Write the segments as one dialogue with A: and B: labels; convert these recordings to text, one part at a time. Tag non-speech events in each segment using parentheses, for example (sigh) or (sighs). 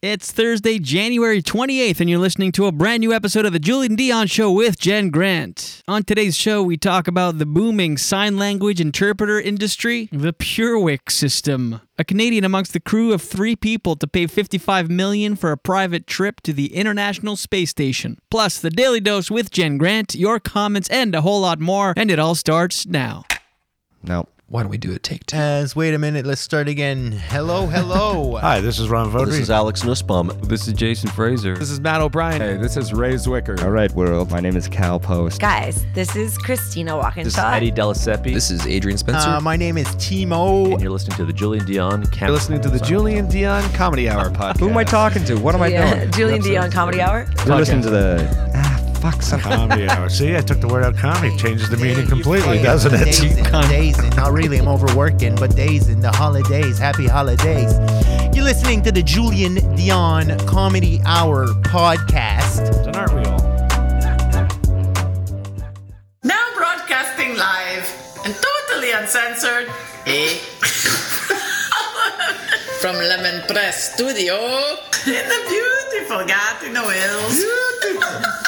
A: It's Thursday, January 28th, and you're listening to a brand new episode of The Julian Dion Show with Jen Grant. On today's show, we talk about the booming sign language interpreter industry, the PureWick system, a Canadian amongst the crew of three people to pay $55 million for a private trip to the International Space Station, plus the Daily Dose with Jen Grant, your comments, and a whole lot more, and it all starts now.
B: No.
C: Why don't we do a take two?
D: As wait a minute, let's start again. Hello, hello. Uh,
E: Hi, this is Ron Vodri.
B: This is Alex Nussbaum.
F: This is Jason Fraser.
C: This is Matt O'Brien.
G: Hey, this is Ray Zwicker.
B: All right, world. My name is Cal Post.
H: Guys, this is Christina Walkinshaw.
F: This is Eddie Delaseppe.
C: This is Adrian Spencer.
D: Uh, my name is Timo.
F: and you're listening to the Julian Dion Cam-
E: You're listening to the Julian Dion Comedy Hour podcast.
B: Who am I talking to? What am I
H: Yeah,
B: doing?
H: (laughs) Julian Dion Comedy Hour.
B: We're listening to the. Ah, fuck something.
E: Comedy
D: (laughs)
E: Hour. Oh, See, I took the word out comedy. Changes the meaning completely, doesn't
D: Days
E: it?
D: and days and not really. I'm overworking, but days and the holidays. Happy holidays. You're listening to the Julian Dion Comedy Hour podcast.
E: And aren't we all?
I: Now broadcasting live and totally uncensored, eh? (laughs) From Lemon Press Studio in the beautiful Gatineau Hills.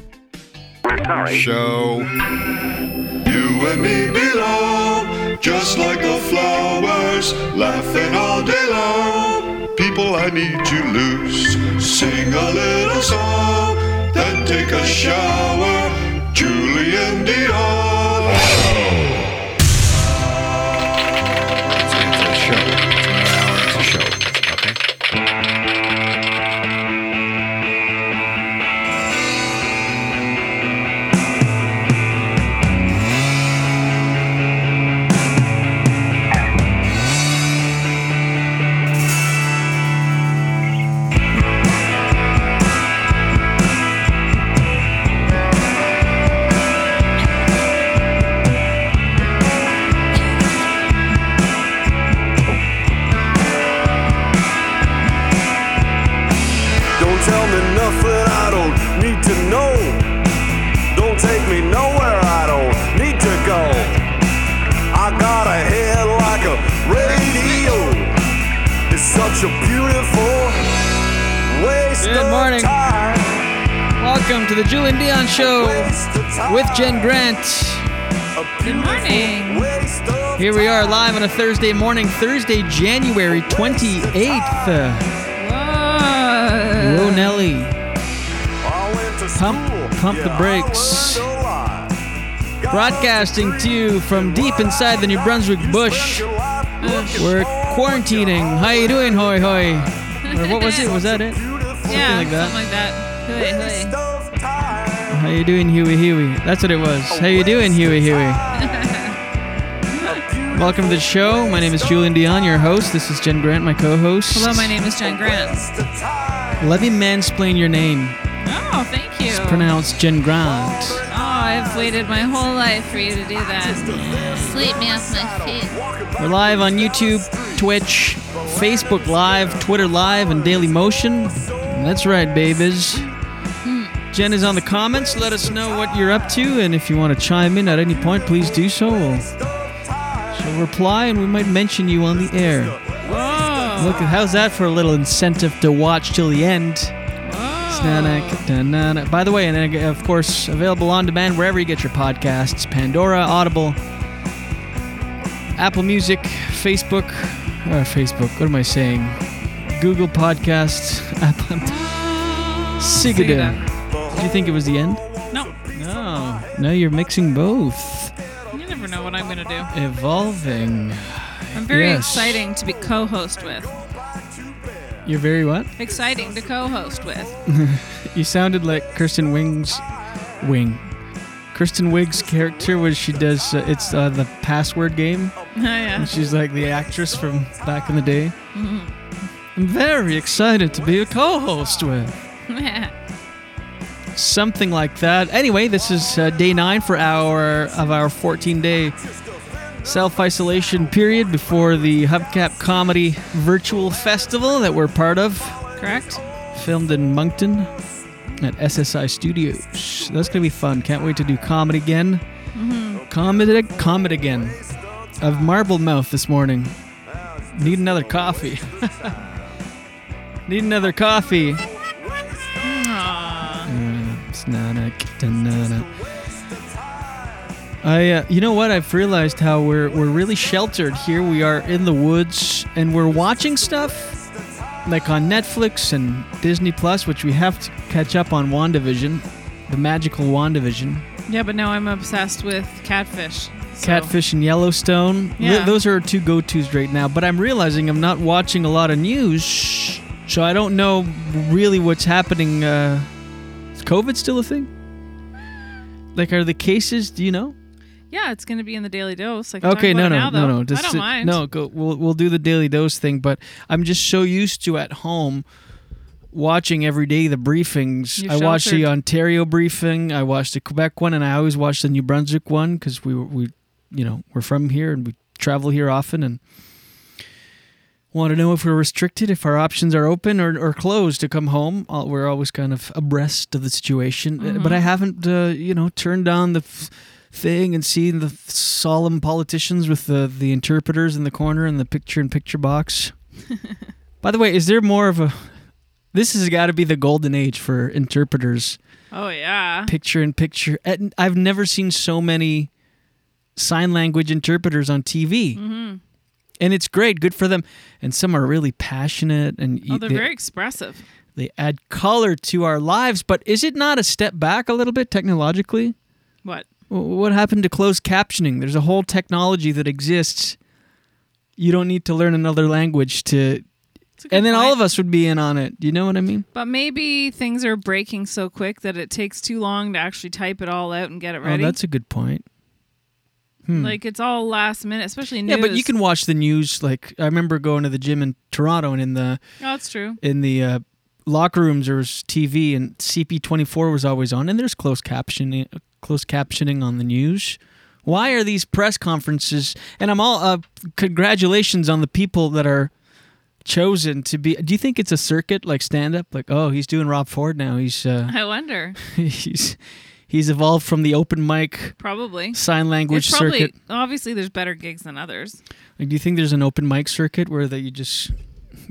G: Show. You and me belong, just like the flowers, laughing all day long. People I need to lose. Sing a little song, then take a shower. Julian Dion.
E: Don't tell me nothing I don't need to know. Don't take me nowhere I don't need to go. I got a head like a radio. It's such a beautiful waste
A: Good
E: of
A: morning.
E: time.
A: (laughs) Welcome to the Julian Dion Show
E: Waste of time.
A: with Jen Grant.
E: A beautiful
J: morning.
E: waste of
A: Here we are
E: time.
A: live on a Thursday morning, Thursday, January 28th.
J: Whoa.
A: Whoa, Nelly.
E: I went to
A: Pump-
E: school.
A: pump the
E: I
A: brakes.
E: learned a lot. Got
A: Broadcasting to you from deep inside the New Brunswick
E: You
A: bush.
E: spend your life looking
A: We're
E: for
A: quarantining. How you doing, hoy hoy? Or what was it? Was that it?
E: beautiful
J: Yeah,
A: like that.
J: something like that. Hey, hey.
E: waste of time.
A: How you doing, Huey Huey? That's what it was. How you doing, Huey
J: (laughs)
A: Huey? Welcome to the show. My name is Julian Dion, your host. This is Jen Grant, my co-host.
J: Hello, my name is Jen Grant.
A: Let me mansplain your name.
J: Oh, thank you.
A: It's pronounced Jen Grant.
J: Oh, I've waited my whole life for you to do that.
E: Sleep me off my feet.
A: We're live on YouTube, Twitch, Facebook Live, Twitter Live, and Daily Motion. That's right, babies. Jen is on the comments. Let us know what you're up to, and if you want to chime in at any point, please do so. We'll, she'll reply, and we might mention you on the air.
J: Whoa.
A: Look, how's that for a little incentive to watch till the end? Snanak, da-na-na. By the way, and then, of course, available on demand wherever you get your podcasts Pandora, Audible, Apple Music, Facebook, or Uh, Facebook, what am I saying? Google Podcasts, (laughs) Apple. Sigida. Did you think it was the end?
J: No,
A: No. No, you're mixing both.
J: you never know what I'm gonna do.
A: Evolving.
J: I'm very
A: Yes.
J: exciting to be co-host with.
A: You're very what?
J: Exciting to co-host with.
A: (laughs) You sounded like Kirsten Wing's
J: (laughs)
A: Wing. Kirsten Wig's character was she does uh, it's uh, the password game.
J: Oh, yeah.
A: She's like the actress from back in the day. Mm-hmm. I'm very excited to be a co-host with. Something like that. Anyway, this is uh, day nine for our of our 14-day self-isolation period before the Hubcap Comedy Virtual Festival that we're part of.
J: Correct?
A: Filmed in Moncton at SSI Studios. That's gonna be fun. Can't wait to do comedy again. Comedy, comedy again. Of marble mouth this morning. Need another coffee. (laughs) Need another coffee. Uh, it's not a- ta-na-na. I, uh, you know what? I've realized how we're we're really sheltered here. We are in the woods and we're watching stuff like on Netflix and Disney Plus, which we have to catch up on WandaVision, the magical WandaVision.
J: Yeah, but now I'm obsessed with catfish. so-
A: Catfish and Yellowstone. Th-
J: Yeah.
A: those are our two go tos right now. But I'm realizing I'm not watching a lot of news, so I don't know really what's happening. Uh, is COVID still a thing? Like, are the cases? Do you know?
J: Yeah, it's going to be in the daily dose. Like
A: Okay, no, no,
J: now,
A: no,
J: though.
A: no. Just
J: I don't
A: sit-
J: mind.
A: No, go. We'll we'll do the daily dose thing, but I'm just so used to at home watching every day the briefings.
J: You're
A: I watched the
J: sheltered.
A: Ontario briefing, I watched the Quebec one, and I always watch the New Brunswick one because we were- we you know we're from here and we travel here often and want to know if we're restricted, if our options are open or, or closed to come home. Uh, We're always kind of abreast of the situation, Uh, but I
J: Mm-hmm.
A: haven't, uh, you know, turned on the f- thing and seen the f- solemn politicians with the, the interpreters in the corner and the picture in picture
J: (laughs)
A: box. By the way, is there more of a. This has got to be the golden age for interpreters
J: Oh yeah.
A: picture in picture. And I've never seen so many sign language interpreters on TV.
J: Mm-hmm.
A: And it's great, good for them. And some are really passionate and
J: Oh,
A: y-
J: they're
A: they,
J: very expressive.
A: they add color to our lives. But is it not a step back a little bit technologically?
J: What?
A: W- What happened to closed captioning? There's a whole technology that exists. You don't need to learn another language to.
J: It's a good
A: And then all
J: point.
A: of us would be in on it. Do you know what I mean?
J: But maybe things are breaking so quick that it takes too long to actually type it all out and get it ready.
A: Oh, that's a good point.
J: Like it's all last minute, especially news.
A: Yeah, but you can watch the news. Like I remember going to the gym in Toronto, and in the
J: Oh, that's true.
A: in the uh, locker rooms there was TV, and CP24 was always on, and there's closed captioning, closed captioning on the news. Why are these press conferences? And I'm all uh, congratulations on the people that are chosen to be. Do you think it's a circuit like stand up? Like, oh, he's doing Rob Ford now. He's uh, (laughs)
J: I wonder.
A: he's he's evolved from the open mic
J: Probably.
A: sign language
J: It's probably
A: circuit.
J: obviously there's better gigs than others.
A: Like, do you think there's an open mic circuit where that you just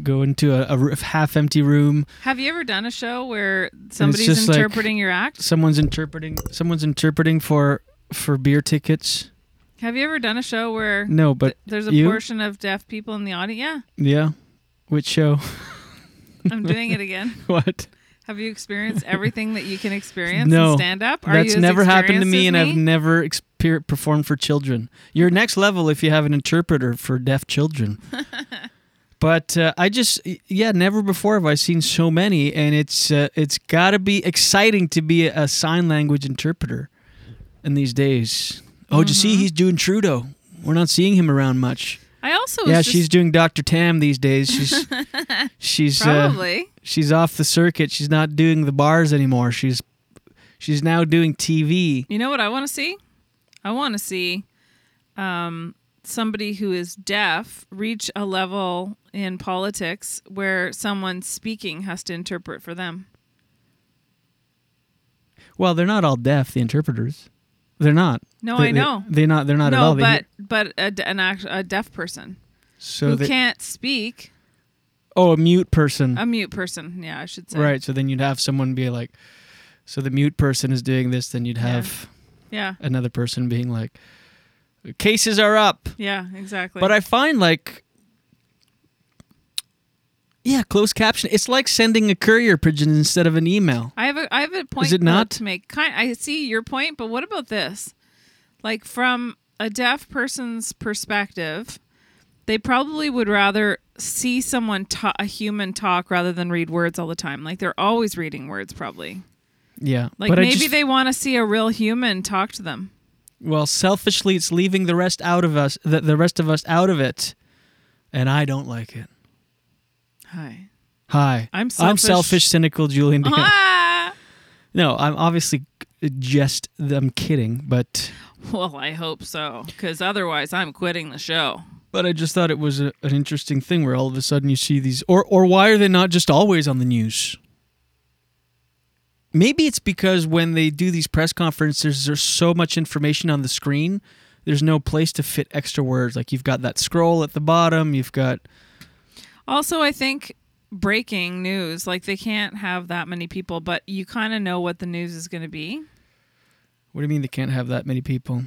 A: go into a, a half empty room?
J: Have you ever done a show where somebody's
A: just like-
J: interpreting your act?
A: Someone's interpreting. Someone's interpreting for for beer tickets.
J: Have you ever done a show where
A: No, but
J: there's a
A: you?
J: portion of deaf people in the audience?
A: Yeah. Which show? (laughs)
J: Yeah, I'm doing it again. (laughs)
A: what?
J: Have you experienced everything that you can experience
A: no.
J: in stand up?
A: That's never happened to me, and I've never exper- performed for children. You're next level if you have an interpreter for deaf children. but uh, I just, y- yeah, never before have I seen so many, and it's uh, it's got to be exciting to be a, a sign language interpreter in these days. Oh, did you see he's doing Trudeau? We're not seeing him around much.
J: I also was
A: Yeah,
J: just-
A: she's doing Dr. Tam these days. She's she's uh,
J: probably
A: she's off the circuit. She's not doing the bars anymore. She's she's now doing TV.
J: You know what I want to see? I want to see um, somebody who is deaf reach a level in politics where someone speaking has to interpret for them.
A: Well, they're not all deaf. The interpreters, they're not.
J: No,
A: they,
J: I know.
A: They, are not. They're not at
J: no,
A: all. They
J: but
A: hear-
J: but a, d- an act, a deaf person
A: so
J: who
A: they,
J: can't speak,
A: oh, a mute person.
J: a mute person. Yeah, I should say.
A: right. So then you'd have someone be like, so the mute person is doing this. Then you'd have
J: Yeah.
A: another person being like, cases are up.
J: Yeah. Exactly.
A: But I find like. Yeah, closed caption. It's like sending a courier pigeon instead of an email.
J: I have a I have a point.
A: Is it
J: though,
A: not?
J: to make? Kind, I see your point, but what about this? Like from a deaf person's perspective, they probably would rather see someone ta- a human talk rather than read words all the time. Like they're always reading words, probably.
A: Yeah,
J: Like
A: but I
J: maybe
A: just-
J: they want to see a real human talk to them.
A: Well, selfishly, it's leaving the rest out of us, the, the rest of us out of it, and I don't like it.
J: Hi.
A: Hi,
J: I'm
A: I'm
J: selfish.
A: selfish, cynical, Julian. Dion.
J: Ah!
A: No, I'm obviously just. I'm kidding, but
J: (laughs) Well, I hope so, because otherwise I'm quitting the show.
A: but I just thought it was a, an interesting thing where all of a sudden you see these, or or why are they not just always on the news? Maybe it's because when they do these press conferences, there's so much information on the screen, there's no place to fit extra words. Like you've got that scroll at the bottom, you've got
J: Also, I think breaking news, like they can't have that many people, but you kind of know what the news is going to be
A: what do you mean they can't have that many people?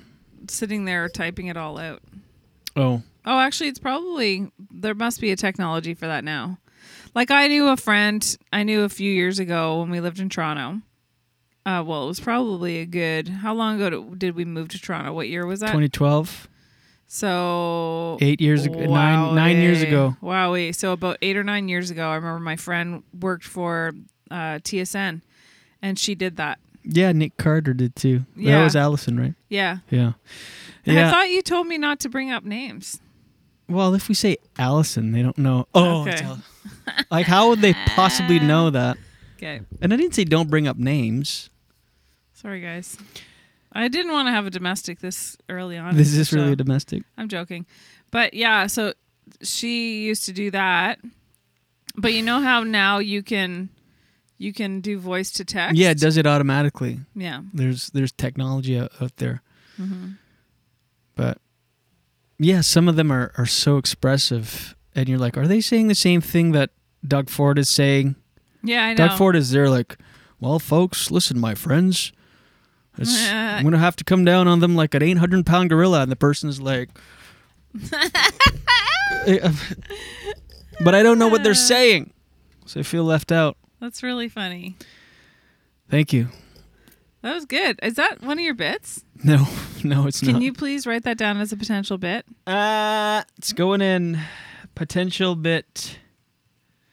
J: sitting there typing it all out.
A: Oh,
J: Oh, actually, it's probably there must be a technology for that now. Like I knew a friend I knew a few years ago when we lived in Toronto. Uh, well, it was probably a good. How long ago do- did we move to Toronto? What year was that?
A: 2012.
J: So
A: Eight years ago- nine- nine years ago.
J: Wow, so about eight or nine years ago, I remember my friend worked for uh, TSN, and she did that.
A: Yeah, Nick Carter did too. That
J: Yeah.
A: was Allison, right?
J: Yeah.
A: Yeah.
J: And
A: Yeah.
J: I thought you told me not to bring up names.
A: well, if we say Allison, they don't know. Oh, it's
J: Okay.
A: Al- like how would they
J: (laughs)
A: possibly know that?
J: Okay.
A: And I didn't say don't bring up names.
J: Sorry, guys. I didn't want to have a domestic this early on.
A: This is
J: in the
A: really
J: show.
A: a domestic.
J: I'm joking. But yeah, so she used to do that. But you know how now you can you can do voice to text?
A: Yeah, it does it automatically.
J: Yeah.
A: There's there's technology out, out there,
J: hmm
A: but yeah, some of them are are so expressive, and you're like, are they saying the same thing that Doug Ford is saying?
J: Yeah, I know.
A: Doug Ford is there, like, well, folks, listen, my friends.
J: (laughs)
A: It's, I'm gonna have to come down on them like an 800 pound gorilla, and the person's
J: (laughs)
A: like, "Eh, uh, but I don't know what
J: (laughs)
A: they're saying, so I feel left out.
J: That's really funny.
A: Thank you. (laughs)
J: That was good. Is that one of your bits?
A: No, no, it's
J: Can
A: not.
J: you please write that down as a potential bit?
A: Uh It's going in potential bit.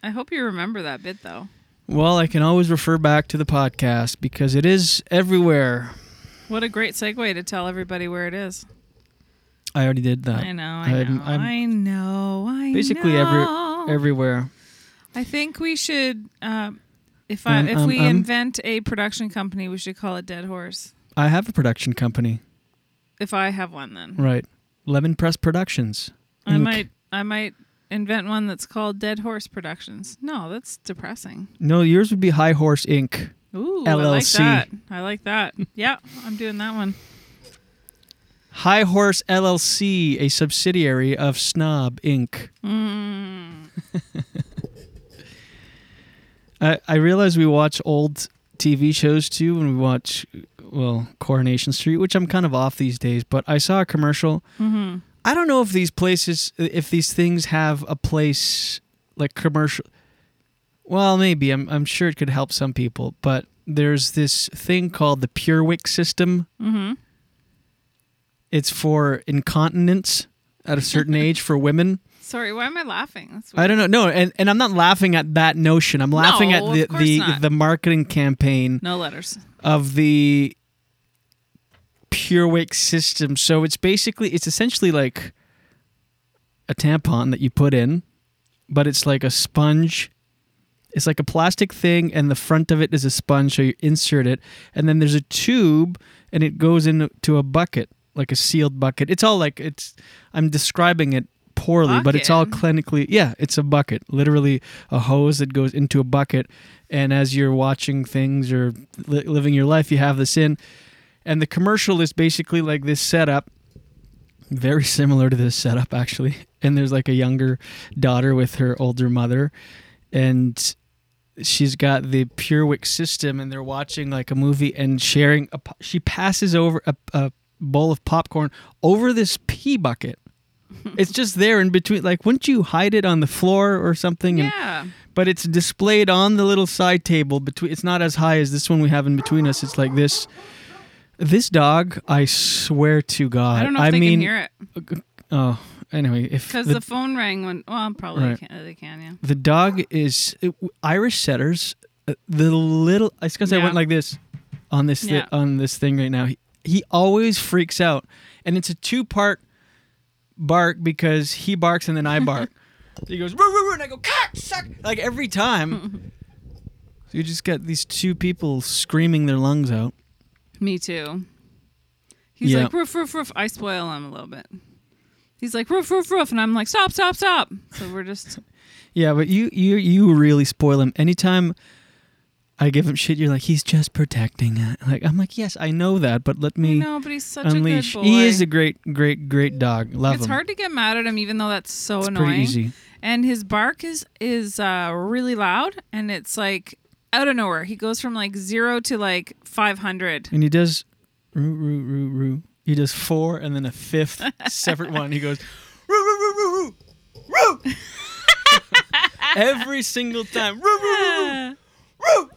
J: I hope you remember that bit though.
A: Well, I can always refer back to the podcast because it is everywhere.
J: What a great segue to tell everybody where it is.
A: I already did that.
J: I know, I know,
A: I'm-
J: i
A: I'm
J: know, I
A: basically
J: know.
A: every everywhere.
J: I think we should, um, if I,
A: Um,
J: if
A: um,
J: we
A: um.
J: invent a production company, we should call it Dead Horse.
A: I have a production company,
J: If I have one, then
A: right? Mm. Lemon Press Productions.
J: I
A: Inc.
J: might, I might invent one that's called Dead Horse Productions. No, that's depressing.
A: No, yours would be High Horse Inc.
J: Ooh,
A: LLC.
J: I like that. I like that. (laughs) yeah, I'm doing that one.
A: High Horse LLC, a subsidiary of Snob Inc.
J: Mm.
A: (laughs) I, I realize we watch old TV shows too when we watch, well, Coronation Street, which I'm kind of off these days, but I saw a commercial.
J: hmm
A: I don't know if these places, if these things have a place like commercial. Well, maybe. I'm, I'm sure it could help some people, but there's this thing called the PureWick system.
J: hmm
A: It's for incontinence at a certain (laughs) age for women.
J: Sorry, why am I laughing? That's
A: I don't know. No, and, and I'm not laughing at that notion. I'm laughing
J: No,
A: at
J: of
A: the
J: course
A: the,
J: not.
A: the marketing campaign
J: no letters.
A: of the PureWick system. So it's basically it's essentially like a tampon that you put in, but it's like a sponge. It's like a plastic thing, and the front of it is a sponge. So you insert it, and then there's a tube, and it goes into a bucket, like a sealed bucket. It's all like it's. I'm describing it poorly, but it's all clinically. Yeah, it's a bucket, literally a hose that goes into a bucket, and as you're watching things or li- living your life, you have this in, and the commercial is basically like this setup very similar to this setup actually and there's like a younger daughter with her older mother and she's got the purewick system and they're watching like a movie and sharing a, po- she passes over a, a bowl of popcorn over this pea bucket
J: (laughs)
A: it's just there in between like wouldn't you hide it on the floor or something And-
J: Yeah.
A: but it's displayed on the little side table between it's not as high as this one we have in between us it's like this this dog i swear to god
J: I don't know if they
A: mean
J: can hear it
A: oh anyway if
J: because the, phone rang when. Well, probably
A: Right.
J: can, they can. Yeah.
A: the dog is it- irish setters uh, the little it's because i
J: Yeah.
A: went like this on this thi-
J: Yeah.
A: on this thing right now He- he always freaks out, and it's a two part bark because he barks and then I
J: (laughs)
A: bark. he goes "Roo, roo, roo," and I go cock suck like every
J: (laughs)
A: time. so you just got these two people screaming their lungs out.
J: Me too. He's
A: Yeah.
J: like roof, roof, roof. I spoil him a little bit. He's like roof, roof, roof, and I'm like stop, stop, stop. So we're just
A: (laughs) Yeah, but you you you really spoil him. Anytime I give him shit, you're like, he's just protecting it. Like I'm like, yes, I know that, but let me.
J: know, but he's such a good
A: unleash.
J: boy.
A: He is a great, great, great dog. Love
J: it's
A: him.
J: hard to get mad at him, even though that's so
A: It's pretty
J: annoying.
A: easy.
J: And his bark is is uh, really loud, and it's like out of nowhere. He goes from like zero to like five hundred.
A: And he does roo roo roo roo. He does four and then a fifth separate one. He goes Roo, roo, roo, roo, roo. Roo. every single time. Roo, roo, roo, roo. Roo.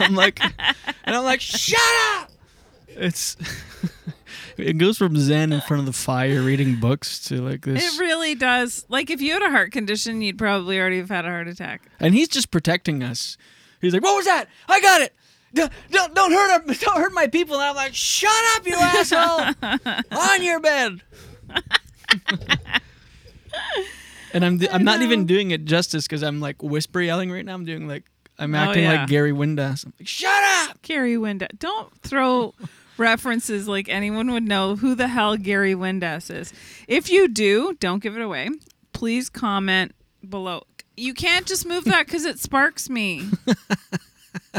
A: I'm like, and I'm like, shut up. It's. (laughs) It goes from Zen in front of the fire reading books to like this.
J: It really does. Like if you had a heart condition, you'd probably already have had a heart attack.
A: And he's just protecting us. He's like, "What was that? I got it. D- Don't don't hurt our, (laughs) don't hurt my people." And I'm like, "Shut up, you
J: (laughs)
A: asshole! On your bed." (laughs) and I'm I'm not even doing it justice because I'm like whisper yelling right now. I'm doing like I'm
J: Oh,
A: acting
J: yeah.
A: like Gary Windass. I'm like, Shut up,
J: Gary Windass. Don't throw (laughs) references like anyone would know who the hell Gary Windass is. If you do, don't give it away. Please comment below. You can't just move that because it sparks me.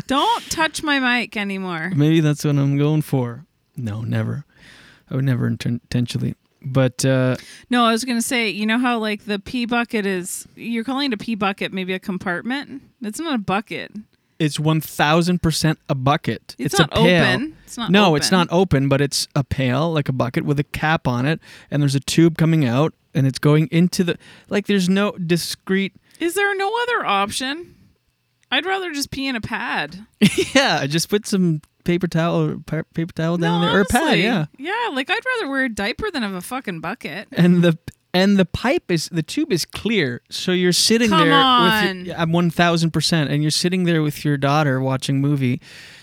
J: don't touch my mic anymore.
A: Maybe that's what I'm going for. No, never. I would never inten- intentionally. But uh,
J: No, I was gonna say, you know how like the pea bucket is. You're calling it a pea bucket, maybe a compartment. It's not a bucket.
A: it's one thousand percent a bucket.
J: It's
A: It's,
J: not
A: a pail.
J: open. It's not
A: no, it's
J: open.
A: not open, but it's a pail, like a bucket with a cap on it, and there's a tube coming out, and it's going into the like. There's no
J: (laughs)
A: discrete.
J: Is there no other option? I'd rather just pee in a pad.
A: yeah, just put some paper towel, or pa- paper towel down there, or a pad.
J: Honestly.
A: Yeah,
J: Yeah, like I'd rather wear a diaper than have a fucking bucket.
A: and the and the pipe is the tube is clear, so you're sitting
J: Come
A: there.
J: on.
A: With your, I'm one thousand percent, and you're sitting there with your daughter watching movie,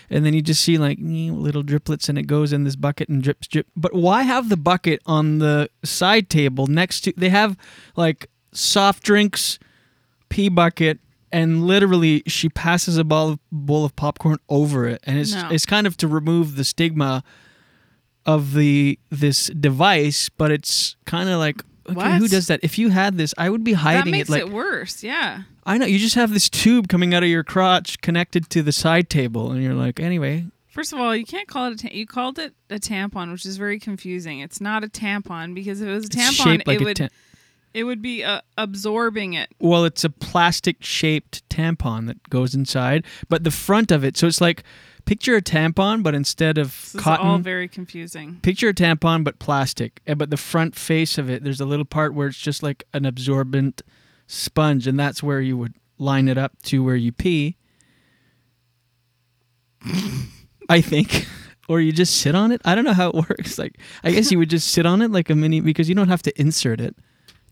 A: and then you just see like nee, little driplets, and it goes in this bucket and drips drip. But why have the bucket on the side table next to? They have like soft drinks, pea bucket. And literally, she passes a bowl of, bowl of popcorn over it, and it's
J: No.
A: it's kind of to remove the stigma of the this device, but it's kind of like okay,
J: What?
A: who does that? If you had this, I would be
J: That
A: hiding
J: makes
A: it. Like
J: it worse. Yeah.
A: I know you just have this tube coming out of your crotch connected to the side table, and you're like, anyway,
J: First of all, you can't call it a ta- you called it a tampon, which is very confusing. It's not a tampon because if it was a
A: it's
J: tampon,
A: shaped like
J: it
A: a
J: would
A: ta-
J: it would be uh, absorbing it.
A: well, it's a plastic shaped tampon that goes inside, but the front of it, so it's like picture a tampon, but instead of
J: This
A: cotton,
J: is all very confusing.
A: picture a tampon but plastic eh, but the front face of it there's a little part where it's just like an absorbent sponge and that's where you would line it up to where you pee i think or you just sit on it i don't know how it (laughs) works like i guess you would just sit on it like a mini because you don't have to insert it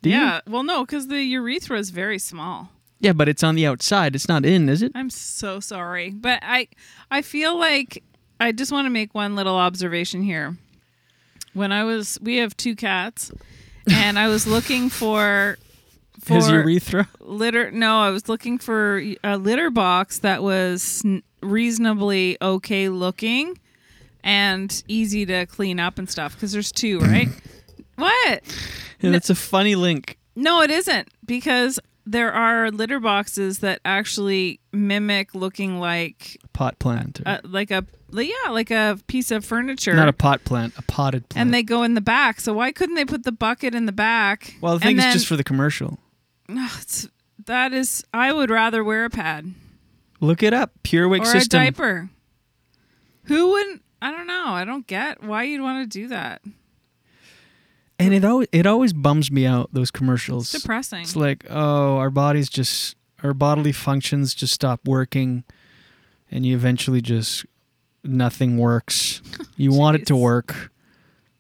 A: do you
J: yeah. Well, no, because the urethra is very small.
A: yeah but it's on the outside it's not in is it
J: I'm so sorry, but I I feel like I just want to make one little observation here. When I was, we have two cats, and I was looking for for
A: his urethra (laughs)
J: litter. No, I was looking for a litter box that was n- reasonably okay looking and easy to clean up and stuff. Because there's two, right? what?
A: yeah, that's a funny link
J: No, it isn't because there are litter boxes that actually mimic looking like
A: pot plant or-
J: uh, like a like, yeah like a piece of furniture.
A: not a pot plant a potted plant
J: and they go in the back. So why couldn't they put the bucket in the back?
A: well the thing
J: and
A: is just for the commercial
J: Ugh, (sighs) it's- that is, I would rather wear a pad.
A: look it up pure wig
J: or
A: system
J: a diaper. Who wouldn't? I don't know. I don't get why you'd want to do that.
A: And it always it always bums me out those commercials.
J: It's depressing.
A: It's like, oh, our bodies just our bodily functions just stop working, and you eventually just nothing works.
J: (laughs)
A: You want it to
J: Jeez.
A: work,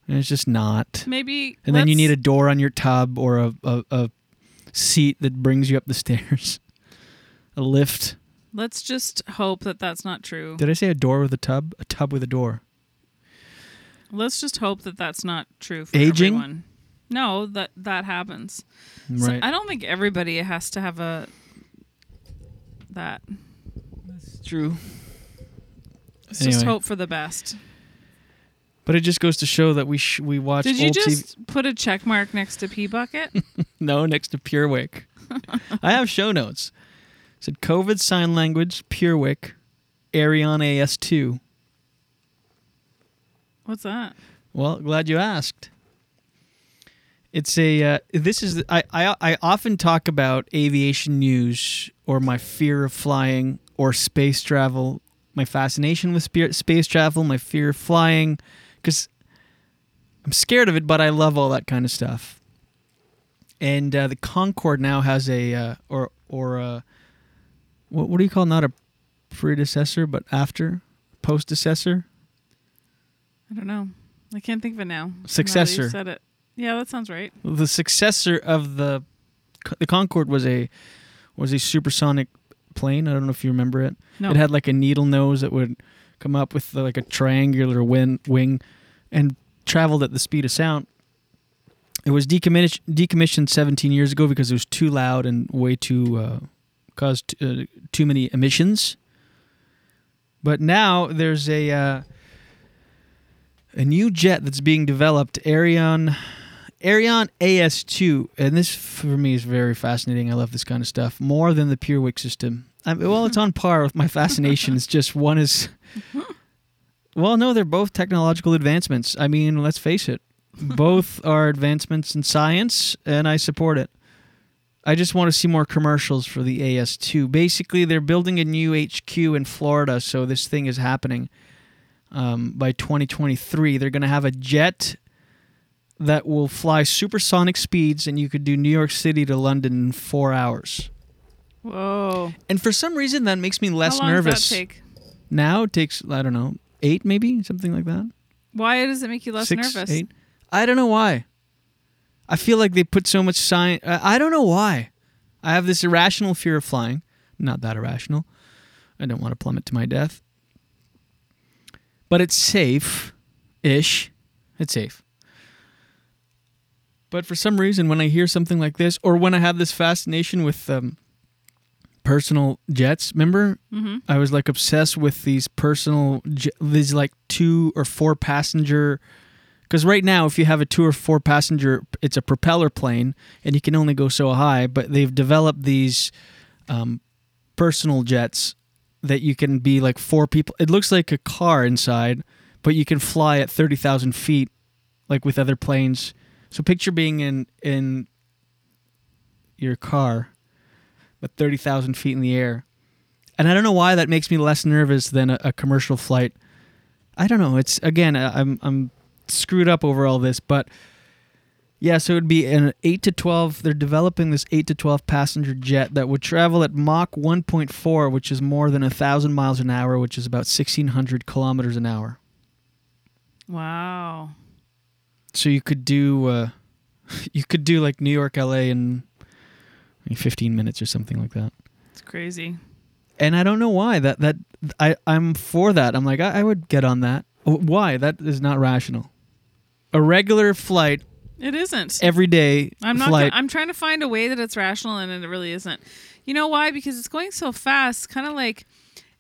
A: and it's just not.
J: Maybe.
A: And then you
J: let's-
A: need a door on your tub or a, a, a seat that brings you up the (laughs) stairs, a lift.
J: Let's just hope that that's not true.
A: Did I say a door with a tub? A tub with a door.
J: Let's just hope that that's not true for
A: Aging?
J: everyone. No, that that happens.
A: Right.
J: So I don't think everybody has to have a that.
A: That's true.
J: Let's just
A: Anyway.
J: hope for the best.
A: But it just goes to show that we sh- we watch
J: Did you
A: old
J: just
A: TV.
J: put a check mark next to pee
A: (laughs)
J: bucket?
A: No, next to Purewick. I have show notes. It said COVID sign language, Purewick, Arion AS2.
J: What's that?
A: Well, glad you asked. It's a. Uh, this is. I, I I often talk about aviation news or my fear of flying or space travel, my fascination with spirit, space travel, my fear of flying, because I'm scared of it, but I love all that kind of stuff. And uh, the Concorde now has a uh, or or a, what what do you call not a predecessor but after postdecessor
J: I don't know. I can't think of it now. Now that you
A: Successor.
J: said it. Yeah, that sounds right.
A: the successor of the the Concorde was a was a supersonic plane. I don't know if you remember it.
J: No.
A: It had like a needle nose that would come up with like a triangular win, wing and traveled at the speed of sound. It was decommissioned, decommissioned 17 years ago because it was too loud and way too uh, caused uh, too many emissions. But now there's a uh, a new jet that's being developed, Ariane Ariane AS2, and this for me is very fascinating. I love this kind of stuff more than the PureWick system. I mean, well, it's on par with my fascination. It's just one is, well, no, they're both technological advancements. I mean, let's face it, both are advancements in science, and I support it. I just want to see more commercials for the AS2. Basically, they're building a new HQ in Florida, so this thing is happening. Um, by 2023, they're going to have a jet that will fly supersonic speeds, and you could do New York City to London in four hours.
J: Whoa.
A: And for some reason, that makes me less
J: How long
A: nervous.
J: Does that take?
A: Now it takes I don't know eight maybe something like that.
J: Why does it make you less
A: Six,
J: nervous?
A: eight. I don't know why. I feel like they put so much science. I I don't know why. I have this irrational fear of flying. Not that irrational. I don't want to plummet to my death. But it's safe ish. It's safe. But for some reason, when I hear something like this, or when I have this fascination with um, personal jets, remember
J: Mhm.
A: I was like obsessed with these personal, j- these like two or four passenger. Because right now, if you have a two or four passenger, it's a propeller plane, and you can only go so high. But they've developed these um, personal jets that you can be like four people. It looks like a car inside, but you can fly at thirty thousand feet, like with other planes. So picture being in in your car, but thirty thousand feet in the air. And I don't know why that makes me less nervous than a, a commercial flight. I don't know. It's again, I- I'm I'm screwed up over all this, but yeah, so it would be an 8 to 12. They're developing this 8 to 12 passenger jet that would travel at Mach 1.4, which is more than 1,000 miles an hour, which is about 1,600 kilometers an hour.
J: Wow.
A: So you could do, uh, (laughs) you could do like New York, LA in 15 minutes or something like that.
J: It's crazy.
A: and I don't know why that that I I'm for that. I'm like I, I would get on that. Wh- Why that is not rational. A regular flight
J: It isn't.
A: every day
J: I'm not.
A: flight.
J: gonna- I'm trying to find a way that it's rational and it really isn't. You know why? Because it's going so fast. Kind of like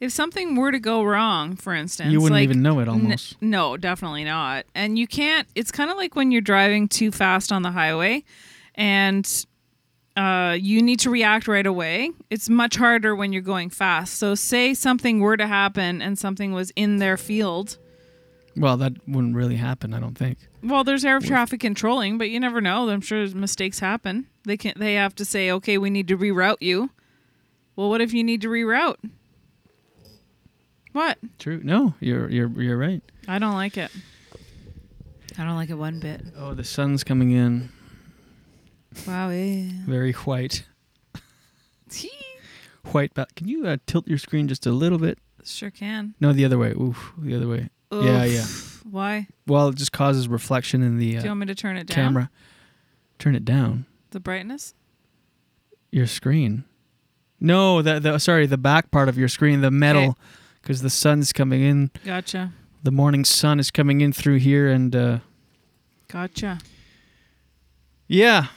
J: if something were to go wrong, for instance,
A: You wouldn't
J: like-
A: even know it
J: n-
A: almost.
J: no, definitely not. And you can't. It's kind of like when you're driving too fast on the highway, and uh, you need to react right away. It's much harder when you're going fast. So, say something were to happen and something was in their field.
A: well, that wouldn't really happen. I don't think.
J: Well, there's air
A: With-
J: traffic controlling, but you never know. I'm sure mistakes happen. They can they have to say, "Okay, we need to reroute you." Well, what if you need to reroute? What?
A: True. No, you're you're you're right.
J: I don't like it. I don't like it one bit.
A: Oh, the sun's coming in
J: Wow. eh.
A: very white. White. Ba- Can you uh, tilt your screen just a little bit?
J: Sure can.
A: No, the other way. Oof, the other way. Yeah, yeah.
J: Oof. Why?
A: Well, it just causes reflection in the. Uh,
J: Do you want me to turn it down?
A: Camera. Turn it down.
J: The brightness?
A: your screen. No, the, the sorry, the back part of your screen, the metal, because the sun's coming in.
J: Gotcha.
A: the morning sun is coming in through here, and uh,
J: Gotcha.
A: yeah.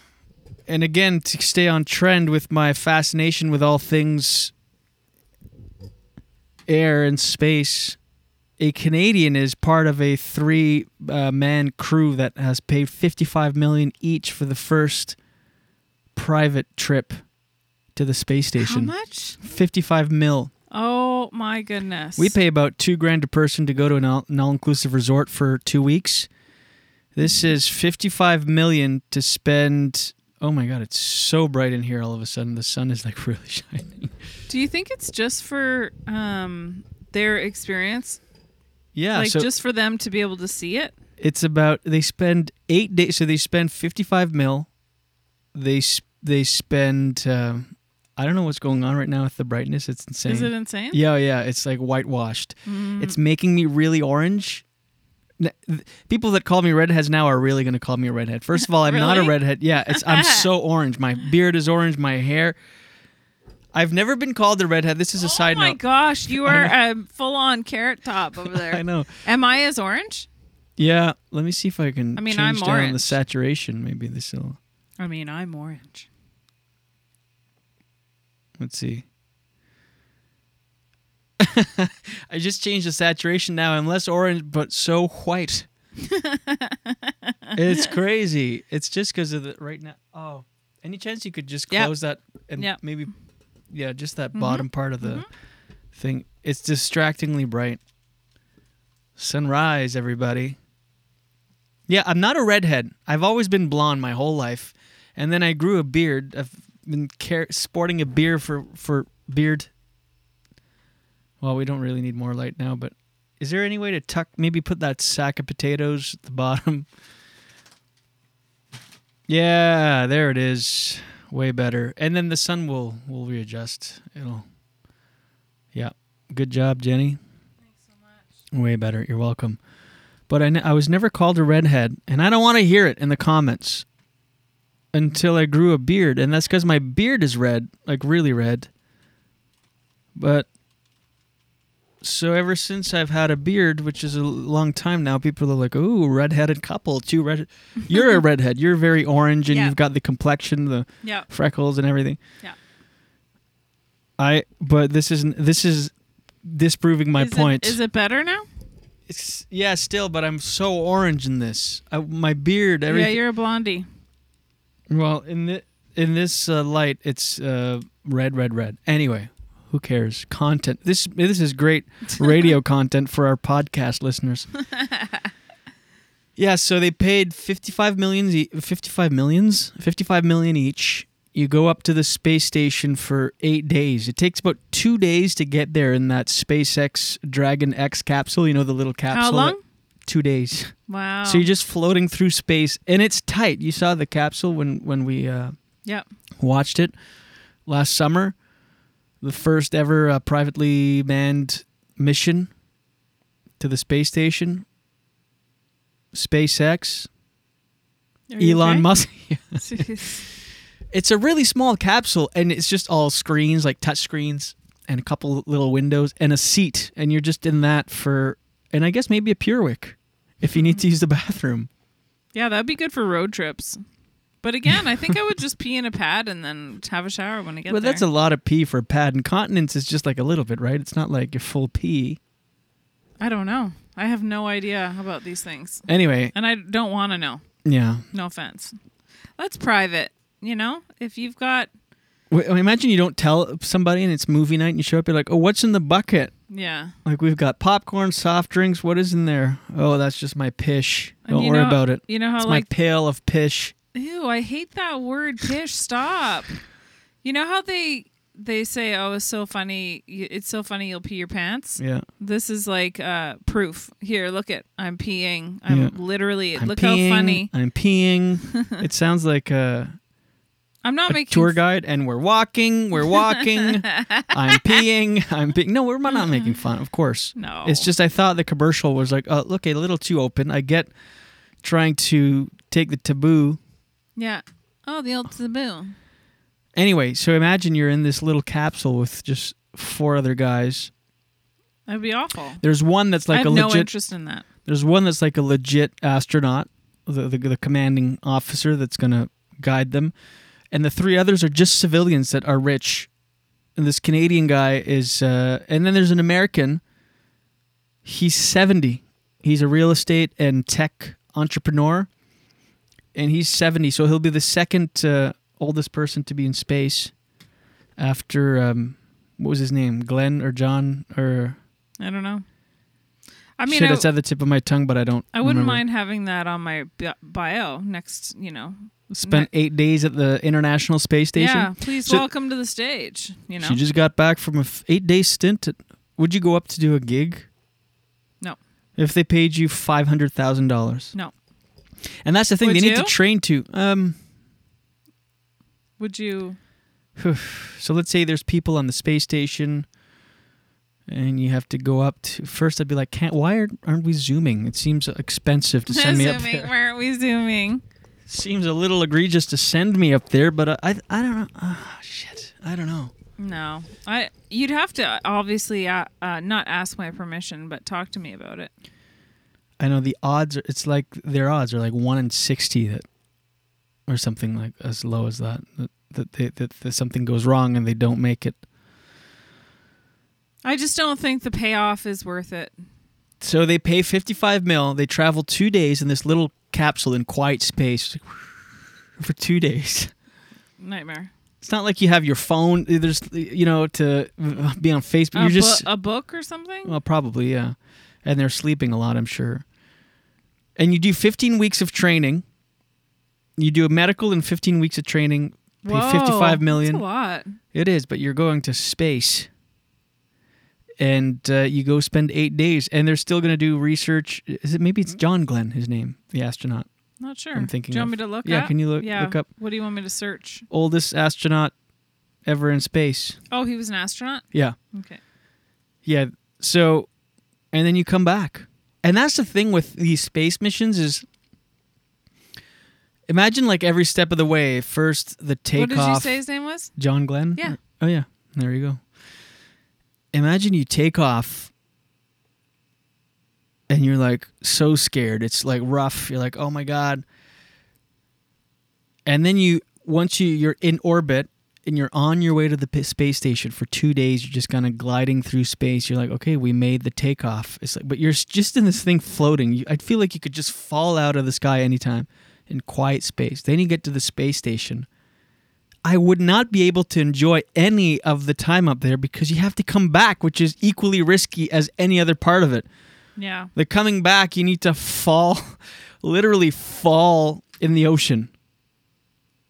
A: And again, to stay on trend with my fascination with all things air and space, a Canadian is part of a three uh, man crew that has paid 55 million each for the first private trip to the space station.
J: much?
A: 55 mil.
J: Oh my goodness.
A: We pay about two grand a person to go to an all, an all-inclusive resort for two weeks. This is fifty-five million to spend. Oh my god, it's so bright in here. All of a sudden, the sun is like (laughs) really shining.
J: Do you think it's just for um their experience?
A: Yeah,
J: Like
A: so
J: just for them to be able to see it?
A: it's about they spend eight days. So they spend fifty-five mil. They s- they spend. Um, I don't know what's going on right now with the brightness. It's insane.
J: it insane?
A: Yeah, yeah. It's like whitewashed.
J: Mm.
A: It's making me really orange. N- th- People that call me redheads now are really going to call me a redhead. First of all, I'm not a
J: Really?
A: redhead. Yeah, it's
J: (laughs)
A: I'm so orange. My beard is orange. My hair. I've never been called a redhead. This is a side
J: Oh my
A: note.
J: gosh, you
A: I
J: are
A: know.
J: a full on carrot
A: (laughs)
J: top over there.
A: I know.
J: Am I as orange?
A: Yeah, let me see if I can
J: I mean, I'm
A: change down the
J: orange.
A: saturation. Maybe this will.
J: I mean, I'm orange.
A: Let's see. (laughs) I just changed the saturation now. I'm less orange, but so white. it's crazy. It's just because of the right now. Oh, any chance you could just
J: Yep.
A: close that and
J: Yep.
A: maybe, yeah, just that bottom part of the thing. It's distractingly bright. Sunrise, everybody. Yeah, I'm not a redhead. I've always been blonde my whole life, and then I grew a beard. I've been car- sporting a beard for for beard. Well, we don't really need more light now, but is there any way to tuck? Maybe put that sack of potatoes at the (laughs) bottom. Yeah, there it is. Way better. And then the sun will will readjust. It'll. Yeah. Good job, Jenny. Thanks so much. Way better. You're welcome. But I n- I was never called a redhead, and I don't want to hear it in the comments until I grew a beard, and that's because my beard is red, like really red. But so ever since I've had a beard, which is a l- long time now, people are like, "Ooh, redheaded couple, two (laughs) red." You're a redhead. You're very orange, and
J: Yeah.
A: you've got the complexion, the
J: Yeah.
A: freckles, and everything.
J: Yeah.
A: I. But this is this is disproving my
J: is
A: point.
J: It, is it better now?
A: It's yeah, still, but I'm so orange in this. I, my beard, everything.
J: Yeah, you're a blondie.
A: Well, in the in this uh, light, it's uh, red, red, red. Anyway, who cares? Content. This this is great radio content for our podcast listeners. yeah. So they paid fifty five millions, e- fifty five millions, fifty five million each. You go up to the space station for eight days. It takes about two days to get there in that SpaceX Dragon X capsule. You know the little capsule. that-
J: long?
A: two days.
J: Wow.
A: So you're just floating through space, and it's tight. You saw the capsule when when we uh,
J: Yep.
A: watched it last summer, the first ever uh, privately manned mission to the space station. SpaceX,
J: Are you
A: Elon
J: okay?
A: Musk. (laughs)
J: Jeez.
A: it's a really small capsule, and it's just all screens, like touch screens, and a couple little windows, and a seat, and you're just in that for, and I guess maybe a Purewick, if you
J: (laughs)
A: need to use the bathroom.
J: (laughs) yeah, that'd be good for road trips. But again, I think I would just pee in a pad and then have a shower when I get
A: well,
J: there.
A: that's a lot of pee for a pad. And continence is just like a little bit, right? It's not like a full pee.
J: I don't know. I have no idea about these things.
A: Anyway.
J: And I don't want to know.
A: Yeah.
J: No offense. That's private. You know, if you've got,
A: W- imagine you don't tell somebody and it's movie night and you show up, you're like, oh, what's in the bucket?
J: yeah.
A: Like, we've got popcorn, soft drinks. What is in there? Oh, that's just my pish.
J: And
A: Don't
J: you
A: worry
J: know-
A: about it.
J: you know how,
A: it's my
J: like-
A: pail of pish.
J: Ew, I hate that word, Pish. Stop. You know how they they say, "Oh, it's so funny. y- It's so funny you'll pee your pants."
A: Yeah.
J: This is like uh, proof. Here, look at. I'm peeing. I'm
A: Yeah.
J: literally.
A: I'm
J: look
A: peeing,
J: how funny.
A: I'm peeing.
J: (laughs)
A: it sounds like uh, a,
J: I'm not
A: a
J: making
A: tour guide, and we're walking, we're walking.
J: (laughs)
A: I'm peeing. I'm peeing. No, we're not making fun, of course.
J: No.
A: It's just I thought the commercial was like, oh, look, a little too open. I get trying to take the taboo.
J: Yeah. Oh, the old taboo.
A: Anyway, so imagine you're in this little capsule with just four other guys.
J: That'd be awful.
A: There's one that's like
J: I have
A: a
J: no
A: legit.
J: interest in that.
A: There's one that's like a legit astronaut, the, the the commanding officer that's gonna guide them, and the three others are just civilians that are rich. And this Canadian guy is, uh, and then there's an American. He's seventy. He's a real estate and tech entrepreneur, and he's seventy, so he'll be the second uh, oldest person to be in space, after um, what was his name, Glenn or John or
J: I don't know. I mean,
A: shit,
J: I,
A: it's at the tip of my tongue, but I don't.
J: I wouldn't
A: remember.
J: mind having that on my bi- bio next. You know,
A: Spent eight days at the International Space
J: ne-
A: Station.
J: Yeah, please
A: So
J: welcome to the stage. You know,
A: She just got back from a f- eight day stint. At, would you go up to do a gig
J: no,
A: if they paid you five hundred thousand dollars?
J: no.
A: And that's the thing
J: Would
A: they need
J: you?
A: to train to. Um,
J: Would you?
A: so let's say there's people on the space station, and you have to go up to. First, I'd be like, can't. Why aren't, aren't we zooming? It seems expensive to send me up
J: (laughs) Zooming,
A: there.
J: Why aren't we zooming?
A: Seems a little egregious to send me up there, but uh, I I don't know. Ah, shit, I don't know.
J: No, I. You'd have to obviously uh, uh, not ask my permission, but talk to me about it.
A: I know the odds are it's like their odds are like one in sixty that or something like as low as that that that, they, that, that something goes wrong and they don't make it.
J: I just don't think the payoff is worth it.
A: So they pay fifty five mil. They travel two days in this little capsule in quiet space for two days.
J: Nightmare.
A: It's not like you have your phone. There's you know to be on Facebook.
J: a,
A: You're
J: bu-
A: just
J: a book or something.
A: Well, probably, yeah. And they're sleeping a lot, I'm sure. And you do 15 weeks of training. You do a medical and 15 weeks of training, pay
J: Whoa,
A: 55 million.
J: That's a lot.
A: It is, but you're going to space. And uh, you go spend eight days, and they're still going to do research. Is it maybe it's
J: Mm-hmm.
A: John Glenn, his name, the astronaut?
J: Not sure.
A: I'm thinking.
J: Do you want
A: of.
J: me to look?
A: Yeah,
J: up?
A: can you look,
J: Yeah.
A: look up
J: What do you want me to search?
A: oldest astronaut ever in space?
J: Oh, he was an astronaut.
A: Yeah.
J: Okay.
A: Yeah. So, and then you come back, and that's the thing with these space missions is. Imagine like every step of the way. First, the
J: what
A: takeoff.
J: did you say his name was?
A: John Glenn.
J: Yeah.
A: Oh yeah. There you go. Imagine you take off. And you're like so scared. It's like rough. You're like, oh my god. And then you, once you you're in orbit and you're on your way to the p- space station for two days, you're just kind of gliding through space. You're like, okay, we made the takeoff. It's like, but you're s- just in this thing floating. You, I feel like you could just fall out of the sky anytime in quiet space. Then you get to the space station. I would not be able to enjoy any of the time up there because you have to come back, which is equally risky as any other part of it.
J: Yeah.
A: The coming back, you need to fall, (laughs) literally fall in the ocean,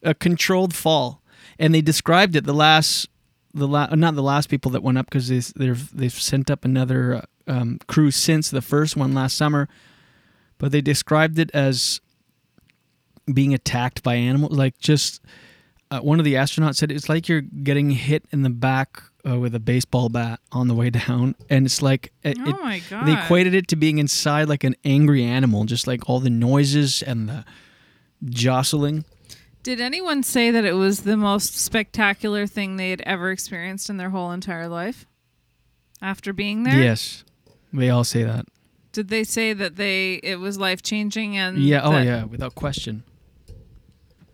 A: a controlled fall. And they described it. The last, the la- not the last people that went up because they, they've they've sent up another uh, um, crew since the first one last summer, but they described it as being attacked by animals. Like just uh, one of the astronauts said, it's like you're getting hit in the back uh, with a baseball bat on the way (laughs) down, and it's like it,
J: Oh
A: it-
J: my
A: they
J: God.
A: equated it to being inside like an angry animal, just like all the noises and the jostling.
J: Did anyone say that it was the most spectacular thing they had ever experienced in their whole entire life? After being there?
A: Yes, they all say that.
J: Did they say that they it was life changing and
A: Yeah. Oh
J: that-
A: yeah, without question.
J: Mm,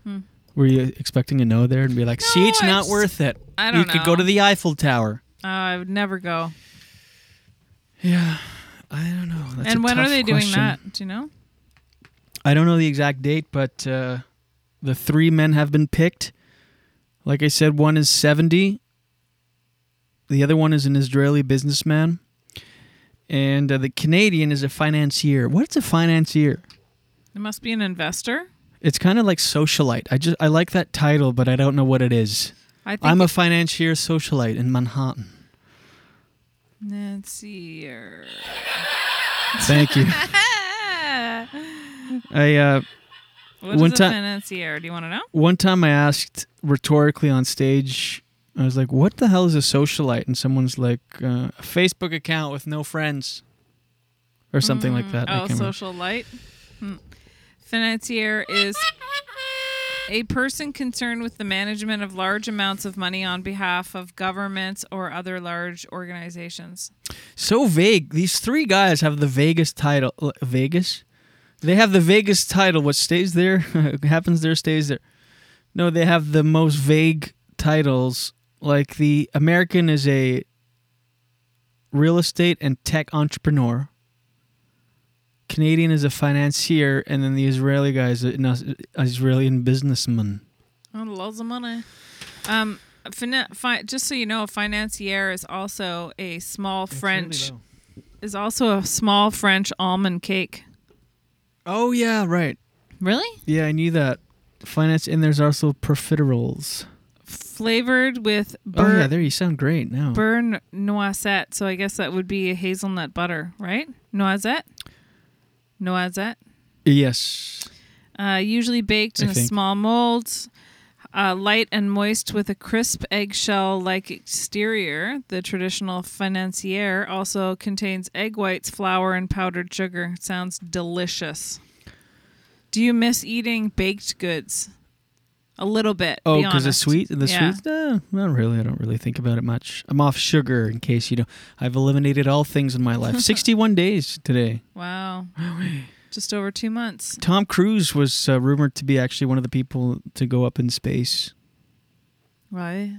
J: Hmm.
A: Were you expecting a no there and be like, see, it's
J: I
A: not
J: just-
A: worth it.
J: I don't
A: you could go
J: know.
A: to the Eiffel Tower.
J: Oh, I would never go.
A: Yeah, I don't know. That's a
J: and when are
A: tough
J: they doing
A: question.
J: that? Do you know?
A: I don't know the exact date, but uh, the three men have been picked. Like I said, one is 70, the other one is an Israeli businessman, and uh, the Canadian is a financier. What's a financier?
J: It must be an investor.
A: It's kind of like socialite. I just I like that title, but I don't know what it is.
J: I think
A: I'm a
J: it-
A: financier socialite in Manhattan.
J: Nancy or
A: Thank you. I uh,
J: What
A: Ah.
J: is
A: one
J: a
A: time
J: financier? Do you want to know?
A: One time I asked rhetorically on stage, I was like, what the hell is a socialite? And someone's like, uh, a Facebook account with no friends or something like that. I
J: Oh,
A: can't remember.
J: social light. Hmm. Financier is a person concerned with the management of large amounts of money on behalf of governments or other large organizations.
A: So vague. These three guys have the vaguest title. l- Vegas? They have the vaguest title. What stays there (laughs) happens there stays there. No, they have the most vague titles. Like the American is a real estate and tech entrepreneur. Canadian is a financier, and then the Israeli guy is an Is- Israeli businessman.
J: Oh, loads of money. Um, fina- fi- just so you know, a financier is also a small French, is also a small French almond cake.
A: Oh yeah, right.
J: Really?
A: Yeah, I knew that. Finance, and there's also profiteroles.
J: Flavored with
A: Oh
J: bur-
A: yeah, there you sound great now.
J: burn noisette. So I guess that would be a hazelnut butter, right? Noisette? Noisette?
A: yes.
J: Uh, usually baked in
A: I
J: a
A: think.
J: small mold, uh, light and moist with a crisp eggshell like exterior. The traditional financier also contains egg whites, flour, and powdered sugar. Sounds delicious. Do you miss eating baked goods? A little bit.
A: Oh,
J: because
A: because it's sweet. The
J: yeah.
A: sweet? No, not really. I don't really think about it much. I'm off sugar in case you know. I've eliminated all things in my
J: (laughs)
A: life. 61 days today.
J: Wow. Just over two months.
A: Tom Cruise was uh, rumored to be actually one of the people to go up in space.
J: Right.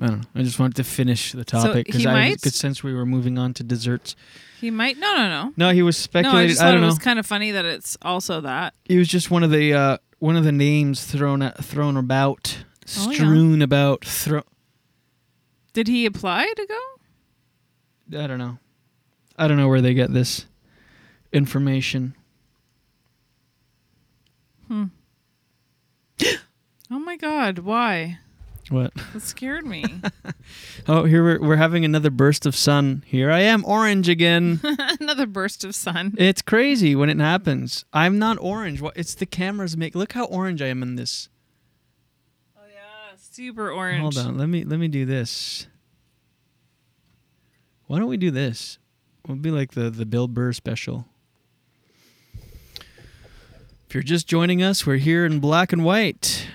A: I don't know. I just wanted to finish the topic
J: he
A: I
J: might?
A: could sense we were moving on to desserts.
J: He might. No, no, no.
A: No, he was
J: No, I
A: speculating.
J: just
A: I,
J: thought
A: don't
J: it
A: know.
J: was kind of funny that it's also that.
A: He was just one of the uh, one of the names thrown at, thrown about,
J: Oh, yeah.
A: strewn about. Throw.
J: Did he apply to go?
A: I don't know. I don't know where they get this information.
J: Oh my God! Why?
A: What?
J: That scared me.
A: Oh, here we're, we're having another burst of sun. Here I am, orange (laughs) again.
J: (laughs) Another burst of sun.
A: it's crazy when it happens. I'm not orange. What? It's the cameras make. Look how orange I am in this.
J: Super orange.
A: Hold on. Let me let me do this. Why don't we do this? We'll be like the the Bill Burr special. If you're just joining us, we're here in black and white.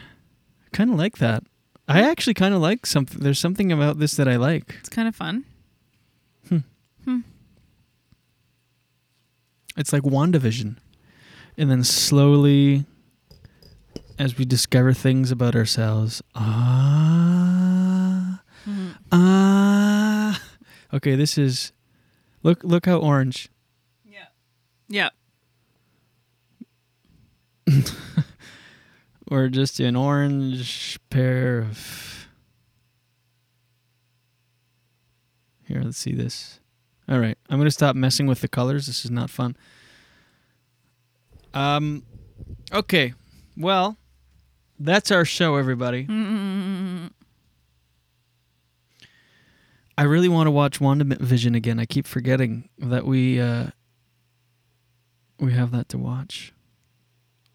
A: I kind of like that. I actually kind of like something. There's something about this that I like.
J: It's kind of fun.
A: It's like WandaVision. And then slowly, as we discover things about ourselves, ah, ah. Okay, this is. Look! Look how orange.
J: Yeah.
A: We're just an orange pair of. Here, let's see this. All right, I'm gonna stop messing with the colors. This is not fun. Um, okay, well, that's our show, everybody. I really want to watch WandaVision again. I keep forgetting that we uh, we have that to watch.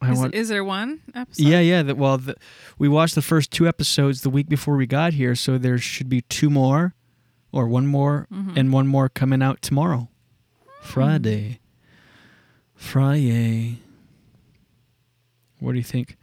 A: I
J: Is,
A: want.
J: is there one episode?
A: Yeah, yeah. That, well, the, we watched the first two episodes the week before we got here, so there should be two more, or one more,
J: Mm-hmm.
A: and one more coming out tomorrow,
J: Hmm.
A: Friday. Friday. What do you think?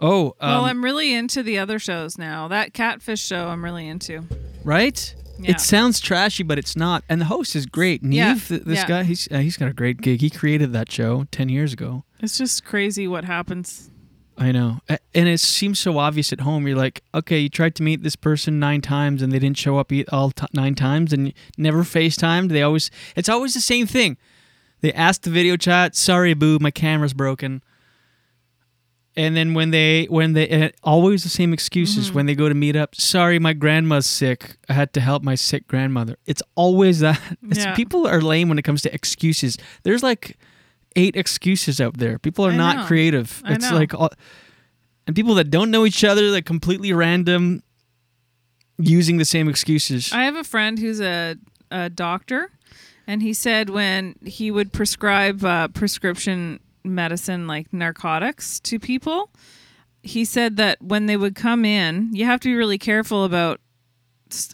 A: Oh, um,
J: well, I'm really into the other shows now. That catfish show, I'm really into.
A: right.
J: Yeah.
A: It sounds trashy, but it's not. And the host is great. Neve,
J: Yeah,
A: th- this
J: yeah.
A: guy, he's uh, he's got a great gig. He created that show ten years ago.
J: It's just crazy what happens.
A: I know. A- And it seems so obvious at home. You're like, okay, you tried to meet this person nine times and they didn't show up e- all t- nine times and you never FaceTimed. They always, it's always the same thing. They ask the video chat, sorry, boo, my camera's broken. And then when they, when they, and always the same excuses
J: Mm-hmm.
A: when they go to meet up, sorry, my grandma's sick. I had to help my sick grandmother. It's always that. (laughs) It's,
J: Yeah.
A: People are lame when it comes to excuses. There's like eight excuses out there. People are
J: I
A: not
J: know.
A: creative.
J: I
A: it's
J: know.
A: like, all, and people that don't know each other, like completely random, using the same excuses.
J: I have a friend who's a, a doctor, and he said when he would prescribe uh, prescription medicine, like narcotics, to people, he said that when they would come in, you have to be really careful about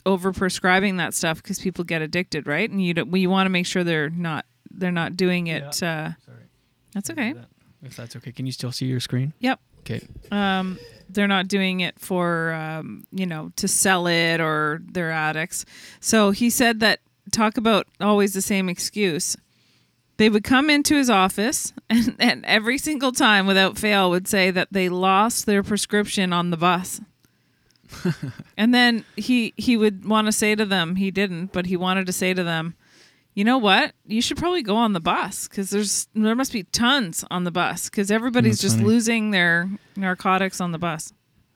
J: over prescribing that stuff because people get addicted, right? And you don't, you want to make sure they're not they're not doing it. Uh, That's okay.
A: if that's okay, can you still see your screen?
J: Yep.
A: Okay.
J: Um, they're not doing it for um, you know to sell it or they're addicts. So he said that talk about always the same excuse. They would come into his office (laughs) and, and every single time without fail would say that they lost their prescription on the bus. and then he he would want to say to them he didn't, but he wanted to say to them, you know what? You should probably go on the bus because there's there must be tons on the bus because everybody's
A: That's
J: just
A: funny.
J: losing their narcotics on the bus.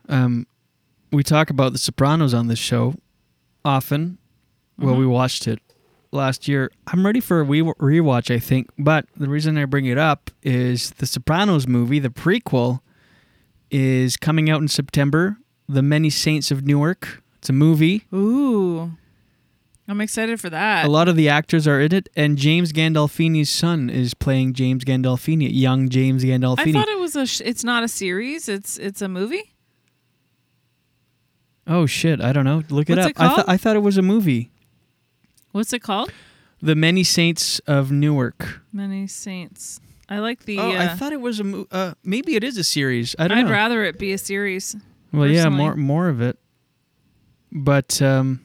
A: Um, we talk about The Sopranos on this show often. Well,
J: Mhm.
A: we watched it last year. I'm ready for a re- rewatch, I think. But the reason I bring it up is The Sopranos movie, the prequel, is coming out in September. The Many Saints of Newark. It's a movie.
J: Ooh, I'm excited for that.
A: A lot of the actors are in it, and James Gandolfini's son is playing James Gandolfini, young James Gandolfini.
J: I thought it was a. Sh- it's not a series. It's it's a movie.
A: oh shit! I don't know. Look it
J: What's
A: up.
J: it
A: I,
J: called?
A: thought I thought it was a movie.
J: What's it called?
A: The Many Saints of Newark.
J: Many Saints. I like the.
A: Oh,
J: uh,
A: I thought it was a mo- uh, maybe it is a series. I don't
J: would
A: know.
J: rather it be a series.
A: well, yeah,
J: personally.
A: more more of it. But um,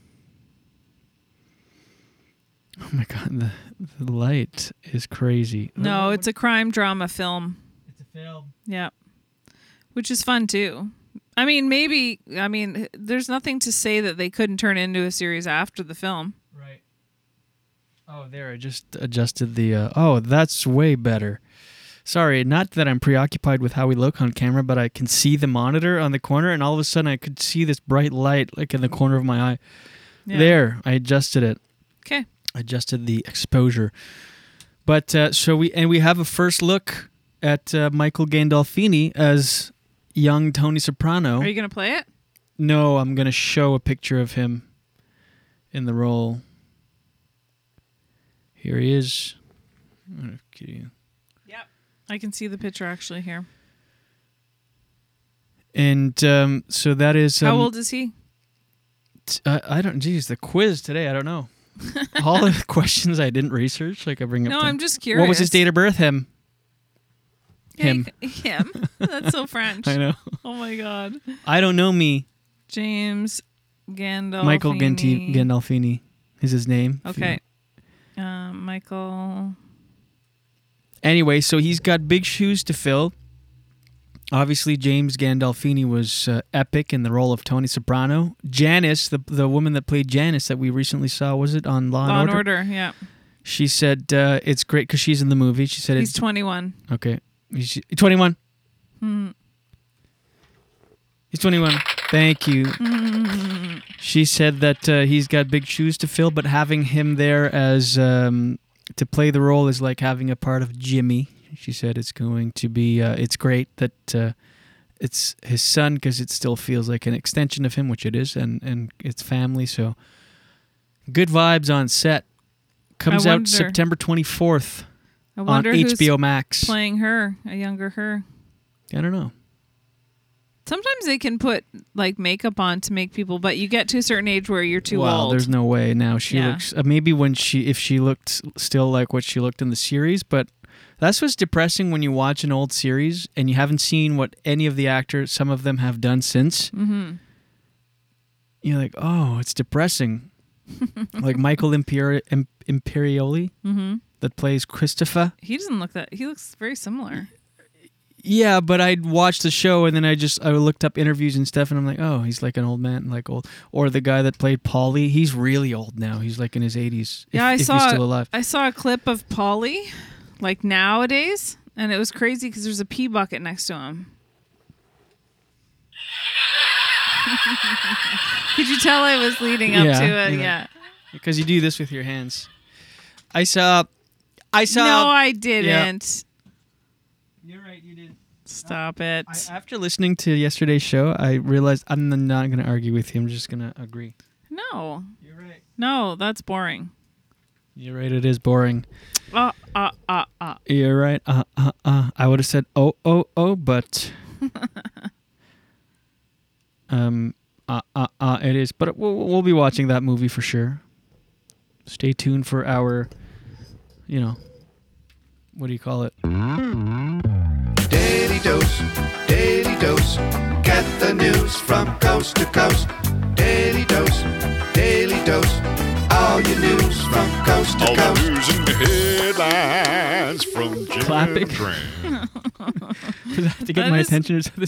A: oh my god, the, the light is crazy.
J: No, it's a crime drama film. It's a
A: film.
J: Yeah. Which is fun too. I mean, maybe I mean there's nothing to say that they couldn't turn into a series after the film.
A: Right. Oh, there. I just adjusted the. Uh, oh, that's way better. Sorry, not that I'm preoccupied with how we look on camera, but I can see the monitor on the corner, and all of a sudden I could see this bright light like in the corner of my eye.
J: Yeah.
A: There, I adjusted it.
J: Okay.
A: adjusted the exposure. But uh, so we and we have a first look at uh, Michael Gandolfini as young Tony Soprano.
J: Are you going to play it?
A: no, I'm gonna show a picture of him in the role. Here he is. I'm gonna give you-
J: I can see the picture actually here.
A: And um, so that is. Um,
J: How old is he?
A: t- I, I don't. Geez, the quiz today. I don't
J: (laughs)
A: know. All the questions I didn't research, like I bring up.
J: No,
A: them.
J: I'm just
A: What was his
J: curious.
A: date of birth? Him. Him.
J: Hey, (laughs) him. That's so
A: (laughs)
J: French.
A: I know.
J: Oh my god.
A: I don't know me.
J: James Gandolfini.
A: Michael Ganti- Gandolfini is his name.
J: Okay. Uh, Michael.
A: Anyway, so he's got big shoes to fill. Obviously, James Gandolfini was uh, epic in the role of Tony Soprano. Janice, the the woman that played Janice that we recently saw, was it on Law,
J: Law
A: and, Order?
J: Yeah.
A: She said uh, it's great because she's in the movie. She said
J: He's
A: it's
J: 21.
A: okay. He's twenty one.
J: Hmm.
A: He's twenty one. Thank
J: (laughs)
A: you. She said that uh, he's got big shoes to fill, but having him there as um, to play the role is like having a part of Jimmy. She said it's going to be. Uh, it's great that uh, it's his son because it still feels like an extension of him, which it is, and and it's family. So good vibes on set. Comes
J: I
A: out
J: wonder-
A: September twenty fourth
J: I
A: on
J: wonder who's
A: HBO Max.
J: playing her, a younger her.
A: I don't know.
J: Sometimes they can put like makeup on to make people, but you get to a certain age where you're too
A: well,
J: old.
A: there's no way now. She
J: Yeah.
A: looks uh, maybe when she if she looked s- still like what she looked in the series, but that's what's depressing when you watch an old series and you haven't seen what any of the actors, some of them have done since.
J: Mhm.
A: You're like, oh, it's
J: (laughs)
A: depressing. like Michael Imperi- Im- Imperioli
J: Mhm.
A: that plays Christopher.
J: He doesn't look that. He looks very similar.
A: Yeah, but I'd watch the show and then I just I looked up interviews and stuff and I'm like, oh, he's like an old man, like old. Or the guy that played Polly, he's really old now. He's like in his 80s. if-
J: yeah, I
A: if
J: saw.
A: He's still alive.
J: I saw a clip of Polly, like nowadays, and it was crazy because there's a pee bucket next to him. (laughs) Could you tell I was leading up
A: Yeah,
J: to it?
A: you know.
J: yeah.
A: Because you do this with your hands. I saw. I saw.
J: no, I
A: Yeah.
J: didn't. You're right. You did. Stop it.
A: After listening to yesterday's show, I realized I'm not going to argue with you. I'm just going to agree.
J: No. You're right. No, that's boring.
A: You're right. It is boring.
J: Uh, uh, uh, uh.
A: You're right. Uh, uh, uh. I would have said oh, oh, oh, but. um. Uh, uh, uh. It is. But we'll, we'll be watching that movie for sure. Stay tuned for our, you know, what do you call it?
C: Daily dose. Daily
G: news. Get the news from coast to coast. Daily dose, daily dose. All your news from coast to coast. All the news and headlines from Jim
A: Clapping. (laughs) Does that have to get my attention or something?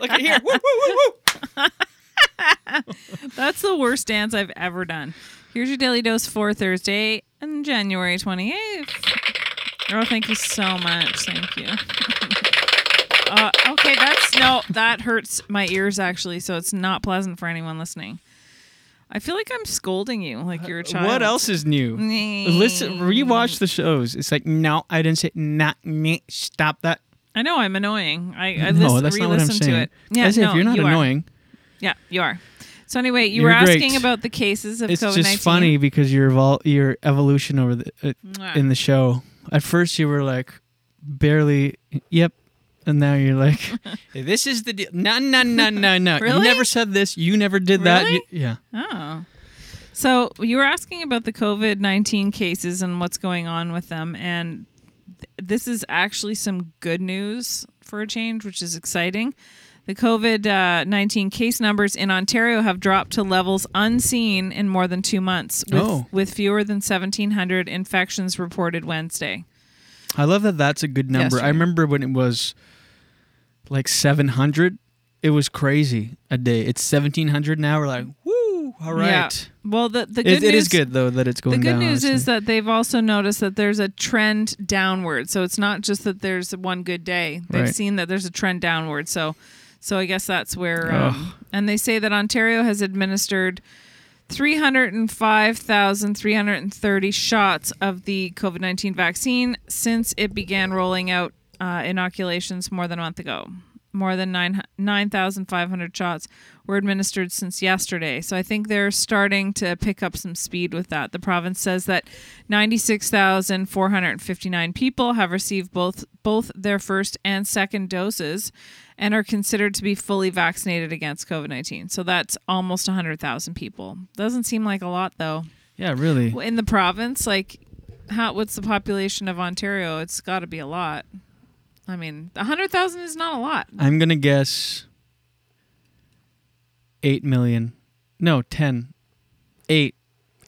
A: Look at here. Woo, woo,
J: woo, woo. That's the worst dance I've ever done. Here's your daily dose for Thursday and January 28th. Oh, thank you so much. Thank you. (laughs) uh, okay, that's no, that hurts my ears actually, so it's not pleasant for anyone listening. I feel like I'm scolding you like you're a child.
A: Uh, What else is new?
J: Nee.
A: Listen, rewatch the shows. It's like, no, I didn't say, not me. Stop that.
J: I know I'm annoying. I, I
A: no,
J: lis-
A: that's not what I'm
J: re-listened to
A: saying.
J: it. Yeah,
A: I say,
J: no,
A: if you're not
J: you are.
A: annoying,
J: Yeah, you are. So anyway, you
A: You're
J: were
A: great.
J: asking about the cases of
A: it's
J: COVID-19.
A: just funny because your evol- your evolution over the uh,
J: Mwah.
A: in the show. At first, you were like barely, yep, and now you're
J: (laughs)
A: like, (laughs) this is the deal. No, no, no, no, no. You
J: Really?
A: never said this. You never did that.
J: Really?
A: You- yeah.
J: Oh. So you were asking about the COVID 19 cases and what's going on with them. And th- this is actually some good news for a change, which is exciting. The COVID uh, 19 case numbers in Ontario have dropped to levels unseen in more than two months, with,
A: Oh.
J: with fewer than 1,700 infections reported Wednesday.
A: I love that that's a good number. I
J: right.
A: remember when it was like 700, it was crazy a day. It's 1700 now. We're like, woo, all right.
J: Yeah. Well, the, the good
A: It, it
J: news
A: is good, though, that it's
J: The
A: going
J: good
A: down.
J: news
A: honestly.
J: is that they've also noticed that there's a trend downward. So it's not just that there's one good day. They've
A: Right.
J: seen that there's a trend downward. So, so I guess that's where. Um, and they say that Ontario has administered 305,330 shots of the COVID 19 vaccine since it began rolling out uh, inoculations more than a month ago. More than nine 9,500 shots were administered since yesterday. So I think they're starting to pick up some speed with that. The province says that 96,459 people have received both both their first and second doses and are considered to be fully vaccinated against COVID 19. So that's almost 100,000 people. Doesn't seem like a lot, though.
A: yeah, really.
J: In the province, like, how, what's the population of Ontario? It's got to be a lot. I mean, 100,000 is not a lot.
A: I'm going to guess 8 million. No, 10. 8.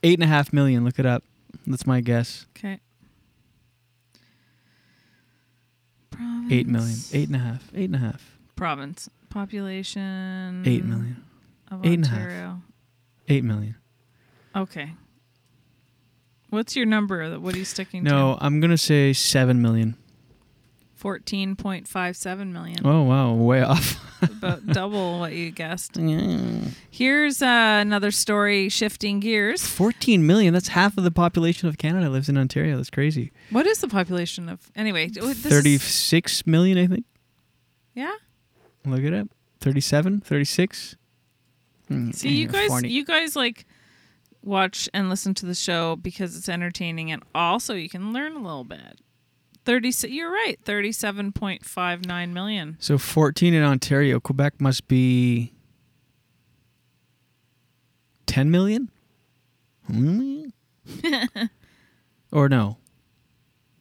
A: 8.5 million. Look it up. That's my guess.
J: Okay.
A: 8 million. 8.5. 8.5.
J: Mm-hmm. Province. Population.
A: 8 million.
J: Of
A: Eight and a half.
J: Ontario.
A: 8 million.
J: Okay. What's your number? What are you sticking
A: No,
J: to?
A: I'm going to say 7 million.
J: 14.57 million.
A: Oh, wow. Way off. (laughs)
J: About (laughs) double what you guessed.
A: Yeah.
J: Here's uh, another story shifting gears.
A: 14 million. That's half of the population of Canada lives in Ontario. That's crazy.
J: What is the population of anyway? d- This is-
A: Thirty-six million, I think.
J: yeah.
A: Look it up. 37, 36. Mm,
J: See, you
A: yeah,
J: guys,
A: 40.
J: you guys like watch and listen to the show because it's entertaining, and also you can learn a little bit. Thirty. You're right. Thirty-seven point five nine million.
A: So 14 in Ontario. Quebec must be 10 million?
J: (laughs)
A: Hmm? or no?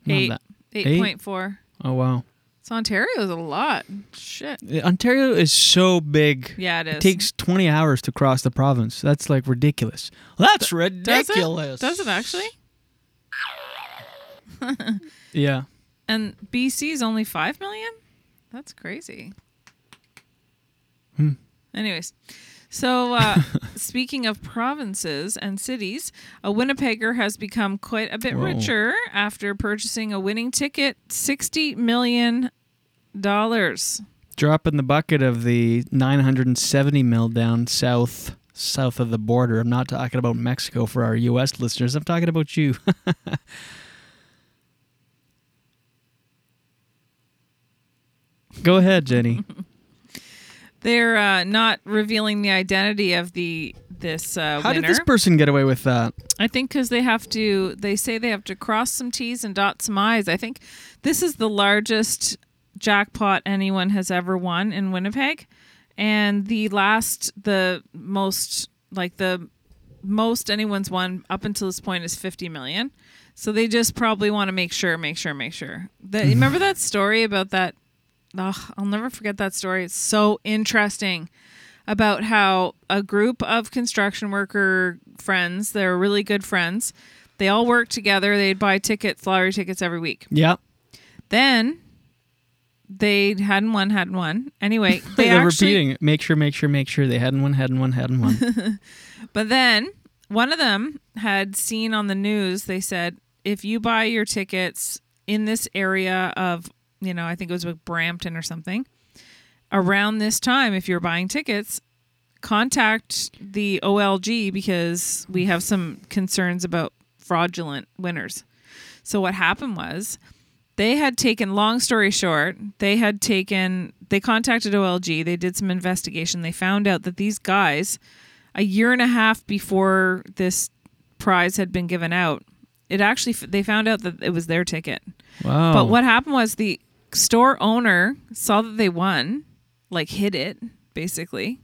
A: Not
J: Eight.
A: that.
J: Eight point four.
A: Oh, wow.
J: So Ontario's a lot. Shit.
A: Uh, Ontario is so big.
J: Yeah, it is.
A: takes 20 hours to cross the province. That's like ridiculous. That's
J: Does it?
A: ridiculous.
J: Does it actually?
A: Yeah.
J: And BC's only 5 million? That's crazy.
A: Hmm.
J: Anyways,
A: (laughs)
J: so uh, speaking of provinces and cities, a Winnipegger has become quite a bit
A: Whoa.
J: richer after purchasing a winning ticket $60 million.
A: Drop in the bucket of the 970 mil down south south of the border. I'm not talking about Mexico for our US listeners. I'm talking about you. (laughs) Go ahead,
J: (laughs)
A: Jenny.
J: They're uh, not revealing the identity of the this uh,
A: How did
J: winner.
A: this person get away with that?
J: I think because they have to, they say they have to cross some T's and dot some I's. I think this is the largest jackpot anyone has ever won in Winnipeg. And the last, the most, like the most anyone's won up until this point is 50 million. So they just probably want to make sure, make sure, make sure. That, remember that story about that ugh, I'll never forget that story. It's so interesting about how a group of construction worker friends, they're really good friends, they all worked together. They'd buy tickets, lottery tickets every week.
A: Yeah.
J: Then they hadn't won, hadn't won. Anyway, they
A: are
J: actually
A: repeating. it. Make sure, make sure, make sure they hadn't one, hadn't one, hadn't one.
J: (laughs) But then one of them had seen on the news, they said, if you buy your tickets in this area of, you know, I think it was with Brampton or something, around this time, if you're buying tickets, contact the OLG because we have some concerns about fraudulent winners. So what happened was they had taken long story short they had taken they contacted olg they did some investigation they found out that these guys a year and a half before this prize had been given out it actually they found out that it was their ticket
A: Wow.
J: but what happened was the store owner saw that they won like hid it basically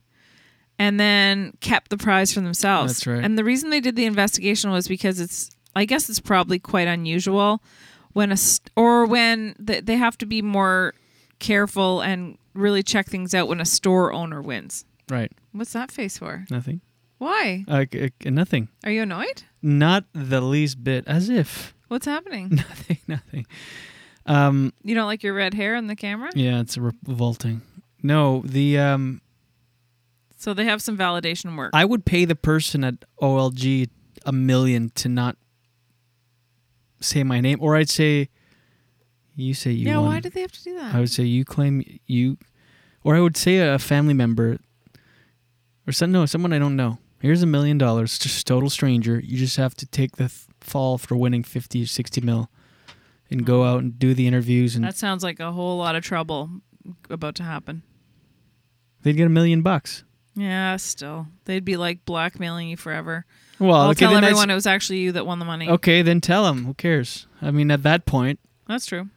J: and then kept the prize for themselves
A: That's right.
J: and and the reason they did the investigation was because it's, I guess it's probably quite unusual when a, st- or when th- they have to be more careful and really check things out when a store owner wins.
A: right.
J: What's that face for?
A: Nothing.
J: Why?
A: Uh, c- c- nothing.
J: Are you annoyed?
A: Not the least bit. As if (laughs)
J: What's happening?
A: nothing. Nothing. Um.
J: You don't like your red hair in the camera?
A: Yeah. It's revolting. No. The um.
J: So they have some validation work.
A: I would pay the person at OLG a million to not say my name, or I'd say, "You say you."
J: yeah,
A: won.
J: why did they have to do that?
A: I would say you claim you, or I would say a family member, or some no someone I don't know. Here's a million dollars, just total stranger. You just have to take the th- fall for winning fifty or sixty mil, and go
J: Mm.
A: out and do the interviews, and
J: that sounds like a whole lot of trouble about to happen.
A: they'd get a million bucks.
J: Yeah, still. They'd be like blackmailing you forever.
A: Well,
J: I'll
A: okay,
J: tell
A: then that's-
J: everyone it was actually you that won the money.
A: Okay, then tell them. Who cares? I mean, at that point,
J: That's true.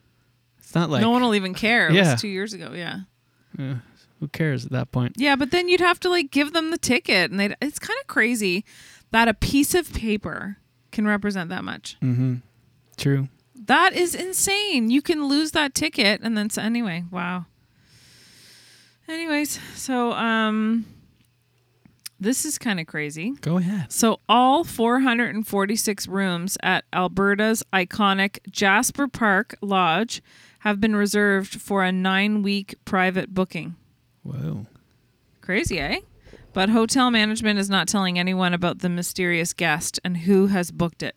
A: it's not like
J: no one will even care. It
A: Yeah.
J: was two years ago. Yeah.
A: Uh, who cares at that point?
J: Yeah, but then you'd have to like give them the ticket, and they'd, it's kind of crazy that a piece of paper can represent that much.
A: Mm-hmm. True.
J: That is insane. You can lose that ticket, and then so anyway, wow. Anyways, so um, this is kind of crazy.
A: Go ahead.
J: So, all 446 rooms at Alberta's iconic Jasper Park Lodge have been reserved for a nine week private booking.
A: Whoa.
J: Crazy, eh? But hotel management is not telling anyone about the mysterious guest and who has booked it.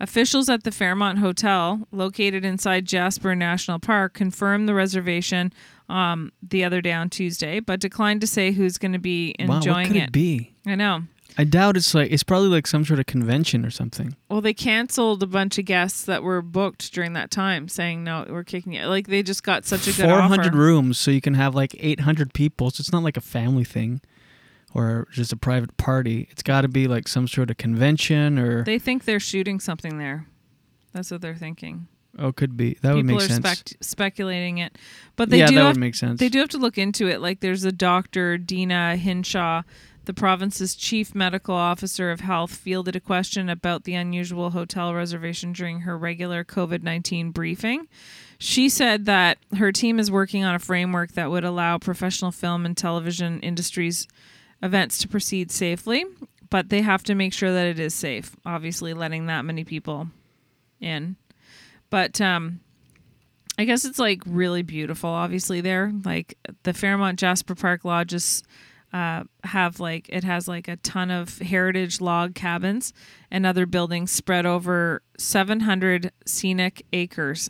J: Officials at the Fairmont Hotel, located inside Jasper National Park, confirmed the reservation um, the other day on Tuesday, but declined to say who's going to be
A: wow,
J: enjoying
A: what could it be?
J: I know.
A: I doubt it's like it's probably like some sort of convention or something.
J: Well, they canceled a bunch of guests that were booked during that time, saying no, we're kicking you. Like they just got such a good
A: Four hundred
J: offer.
A: rooms, so you can have like eight hundred people. So it's not like a family thing, or just a private party. It's got to be like some sort of convention, or
J: they think they're shooting something there. That's what they're thinking.
A: oh, could be that would
J: People
A: make
J: are
A: sense.
J: spec- speculating it, but they
A: Yeah,
J: do
A: that would
J: have,
A: make sense.
J: They do have to look into it. Like there's a doctor, Dina Hinshaw, the province's chief medical officer of health, fielded a question about the unusual hotel reservation during her regular COVID nineteen briefing. She said that her team is working on a framework that would allow professional film and television industries events to proceed safely, but they have to make sure that it is safe. Obviously, letting that many people in. But um, I guess it's like really beautiful, obviously, there. Like the Fairmont Jasper Park Lodges uh, have like, it has like a ton of heritage log cabins and other buildings spread over 700 scenic acres.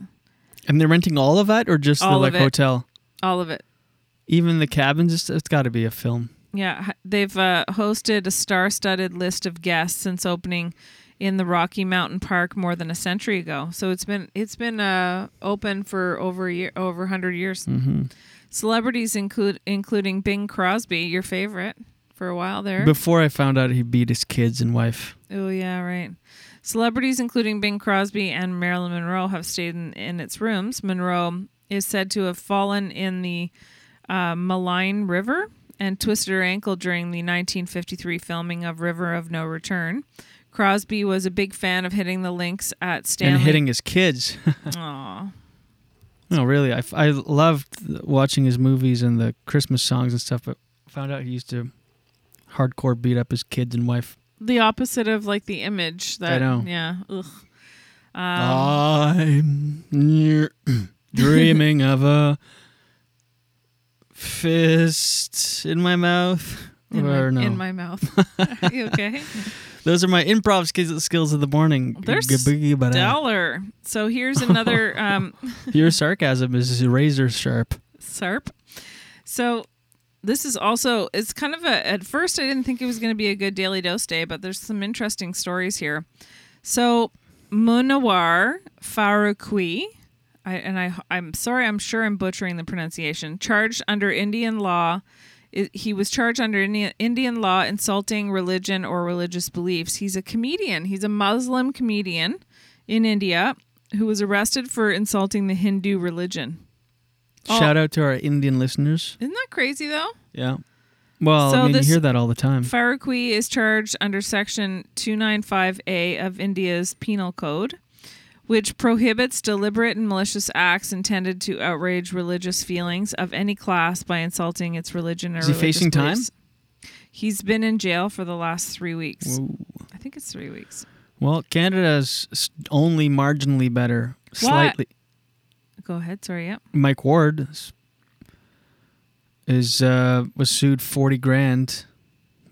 A: and they're renting all of that, or just the
J: All of
A: like
J: it.
A: hotel,
J: All of it.
A: even the cabins. It's, it's got to be a film.
J: Yeah, h- they've uh, hosted a star-studded list of guests since opening in the Rocky Mountain Park more than a century ago. So it's been it's been uh, open for over a year, over 100 years. Celebrities include including Bing Crosby, your favorite for a while there.
A: Before I found out he beat his kids and wife.
J: Oh yeah, right. Celebrities including Bing Crosby and Marilyn Monroe have stayed in, in its rooms. Monroe is said to have fallen in the uh, Malign River and twisted her ankle during the 1953 filming of River of No Return. Crosby was a big fan of hitting the links at Stanley.
A: And hitting his kids.
J: Aw.
A: No, really. I, f- I loved watching his movies and the Christmas songs and stuff, but found out he used to hardcore beat up his kids and wife.
J: The opposite of like the image that.
A: know.
J: Yeah. Ugh. Um,
A: I'm near- dreaming of a fist in my mouth.
J: in,
A: or
J: my,
A: no.
J: in my mouth. Are you okay?
A: Those are my improv skills, skills of the morning.
J: They're
A: Gabigabada.
J: stellar. So here's another um,
A: uh, Your sarcasm is razor sharp.
J: SARP. So this is also it's kind of a at first I didn't think it was going to be a good daily dose day, but there's some interesting stories here. So Munawar Farooqui, I, and I I'm sorry, I'm sure I'm butchering the pronunciation. Charged under Indian law, i- he was charged under Indian, Indian law insulting religion or religious beliefs. He's a comedian. He's a Muslim comedian in India who was arrested for insulting the Hindu religion. Oh.
A: Shout out to our Indian listeners.
J: Isn't that crazy though?
A: Yeah. Well,
J: So
A: I mean,
J: this-
A: you hear that all the time.
J: Farooqui is charged under section 295A of India's penal code, which prohibits deliberate and malicious acts intended to outrage religious feelings of any class by insulting its religion or
A: Is he
J: religious
A: facing time?
J: beliefs. He's been in jail for the last three weeks. I think it's three weeks.
A: Well, Canada's s- only marginally better. Slightly.
J: Go ahead. Sorry. Yep.
A: Mike Ward s- is uh, was sued forty grand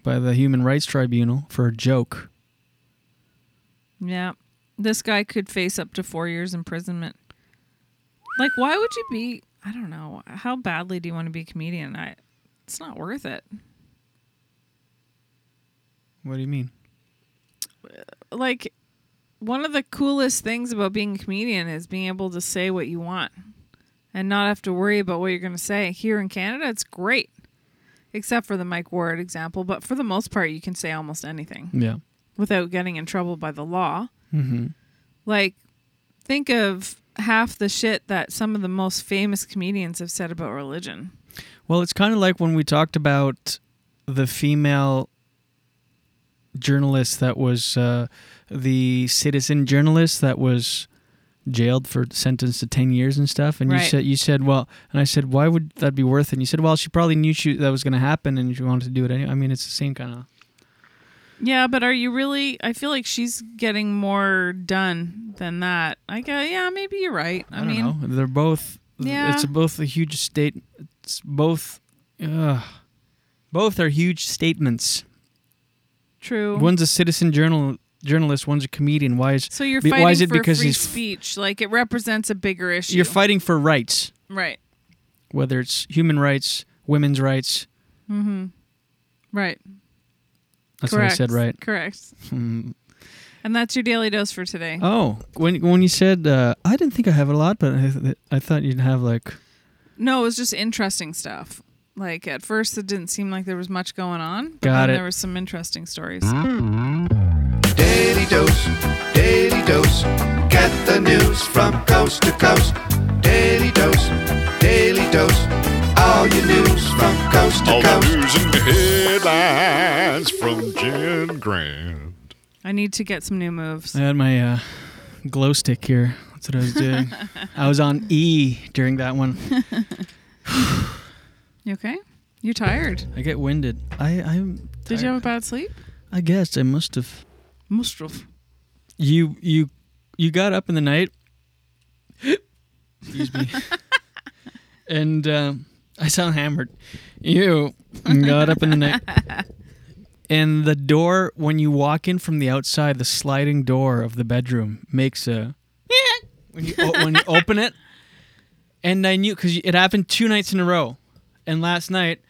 A: by the Human Rights Tribunal for a joke.
J: Yeah. This guy could face up to four years imprisonment. Like, why would you be? I don't know. How badly do you want to be a comedian? I. It's not worth it.
A: What do you mean?
J: like one of the coolest things about being a comedian is being able to say what you want and not have to worry about what you're going to say. Here in Canada, it's great, except for the Mike Ward example. But for the most part, you can say almost anything
A: Yeah.
J: without getting in trouble by the law.
A: Mm-hmm.
J: Like, think of half the shit that some of the most famous comedians have said about religion.
A: Well, it's kind of like when we talked about the female journalist that was uh, the citizen journalist that was jailed for sentenced to 10 years and stuff and you
J: Right.
A: said you said well and i said why would that be worth it and you said well she probably knew she, that was going to happen and she wanted to do it anyway i mean it's the same kind of
J: Yeah, but are you really? I feel like she's getting more done than that. I go, yeah, maybe you're right. I,
A: I,
J: mean,
A: don't know. They're both.
J: Yeah.
A: It's both a huge state. It's both. Ugh. Both are huge statements.
J: true.
A: One's a citizen journal journalist. One's a comedian. Why is
J: So you're
A: be-
J: fighting
A: why is it
J: for
A: because
J: free
A: he's f-
J: speech. Like it represents a bigger issue.
A: you're fighting for rights,
J: right.
A: whether it's human rights, women's rights.
J: Mm-hmm. Right.
A: That's
J: Correct.
A: what I said, right?
J: Correct.
A: (laughs) Hmm.
J: And that's your daily dose for today.
A: Oh, when when you said uh, I didn't think I have a lot, but I, th- I thought you'd have like
J: No, it was just interesting stuff. Like at first, it didn't seem like there was much going on. but
A: Got
J: then
A: it.
J: There was some interesting stories.
K: Daily dose, daily dose. Get the news from coast to coast. Daily dose, daily dose. All your news from coast to
G: All the
K: coast.
G: news and headlines from Jen Grant.
J: I need to get some new moves.
A: I had my uh, glow stick here. That's what I was
J: (laughs)
A: doing. I was on E during that one.
J: You okay? You're tired.
A: I get winded. I I'm.
J: Did you have a bad sleep?
A: I guess I must have.
J: Must have.
A: You you you got up in the night. Excuse me. and um, I sound hammered. You got up in the night. And the door when you walk in from the outside, the sliding door of the bedroom makes a when you o- when you open it. And I knew because it happened two nights in a row, and last night,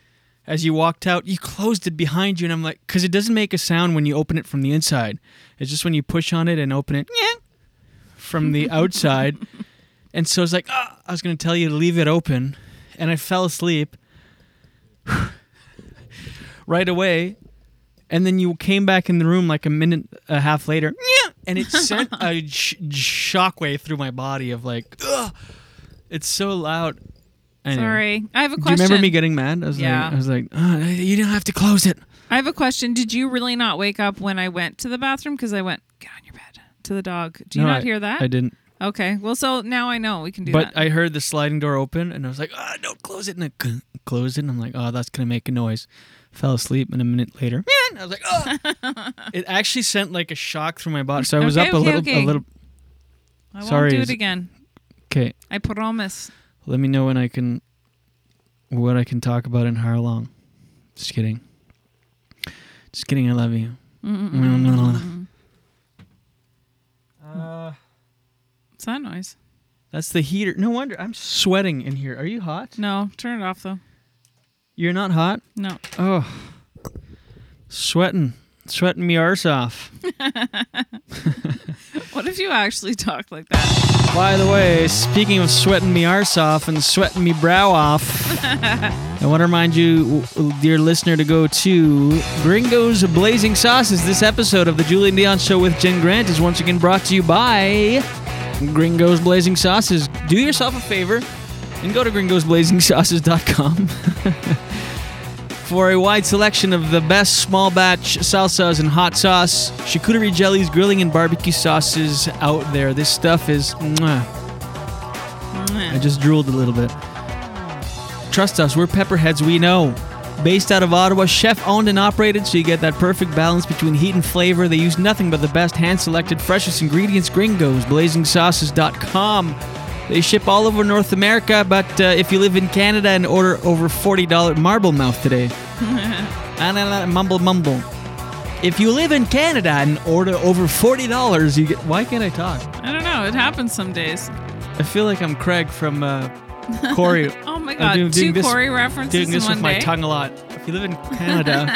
A: as you walked out, you closed it behind you, and I'm like, because it doesn't make a sound when you open it from the inside. It's just when you push on it and open it from the outside. and so I was like, ah, I was gonna tell you to leave it open, and I fell asleep (sighs) right away. And then you came back in the room like a minute, a half later, and it sent a sh- shockwave through my body of like, ugh, it's so loud. Anyway.
J: Sorry. I have a
A: Do you remember
J: question.
A: me getting mad? I was
J: Yeah.
A: like, I was like, "Ah, you don't have to close it.
J: I have a question. Did you really not wake up when I went to the bathroom? Because I went, get on your bed to the dog. Do you
A: No,
J: not
A: I-
J: hear that?
A: I didn't.
J: Okay. Well, so now I know we can do
A: But
J: that.
A: I heard the sliding door open and I was like, ah, don't close it. And I c- closed it and I'm like, oh, that's going to make a noise. Fell asleep and a minute later, man, I was like,
J: (laughs)
A: oh. it actually sent like a shock through my body. So I was
J: Okay,
A: up a
J: okay,
A: little,
J: okay.
A: a little.
J: I won't
A: Sorry,
J: do
A: is
J: it
A: it-
J: again.
A: Okay.
J: I promise.
A: Let me know when I can, what I can talk about and how long. Just kidding. Just kidding. I love you.
J: Mm. Uh, it's that noise.
A: (laughs) That's the heater. No wonder I'm sweating in here. Are you hot?
J: No, turn it off though.
A: You're not hot?
J: No.
A: Oh, sweating, sweating me arse off.
J: What if you actually talk like that?
A: By the way, speaking of sweating me arse off and sweating me brow off, I want to remind you, w- dear listener, to go to Gringo's Blazing Sauces. This episode of the Julian Dion Show with Jen Grant is once again brought to you by Gringo's Blazing Sauces. Do yourself a favor and go to gringosblazingsauces.com for a wide selection of the best small batch salsas and hot sauce, charcuterie jellies, grilling, and barbecue sauces out there. This stuff is. mwah. I just drooled a little bit. Trust us, we're pepperheads, we know. Based out of Ottawa, chef owned and operated, so you get that perfect balance between heat and flavor. They use nothing but the best hand selected, freshest ingredients, gringos, blazingsauces.com. They ship all over North America, but uh, if you live in Canada and order over $40 marble mouth today, Ah, nah, nah, mumble mumble. If you live in Canada and order over $40, you get. Why can't I talk?
J: I don't know. It happens some days.
A: I feel like I'm Craig from uh, Corey.
J: (laughs) Oh my
A: I'm
J: God, two
A: Uh, this-
J: Corey references
A: Doing
J: in
A: this
J: one
A: with my
J: day?
A: tongue a lot. If you live in
J: (laughs)
A: Canada,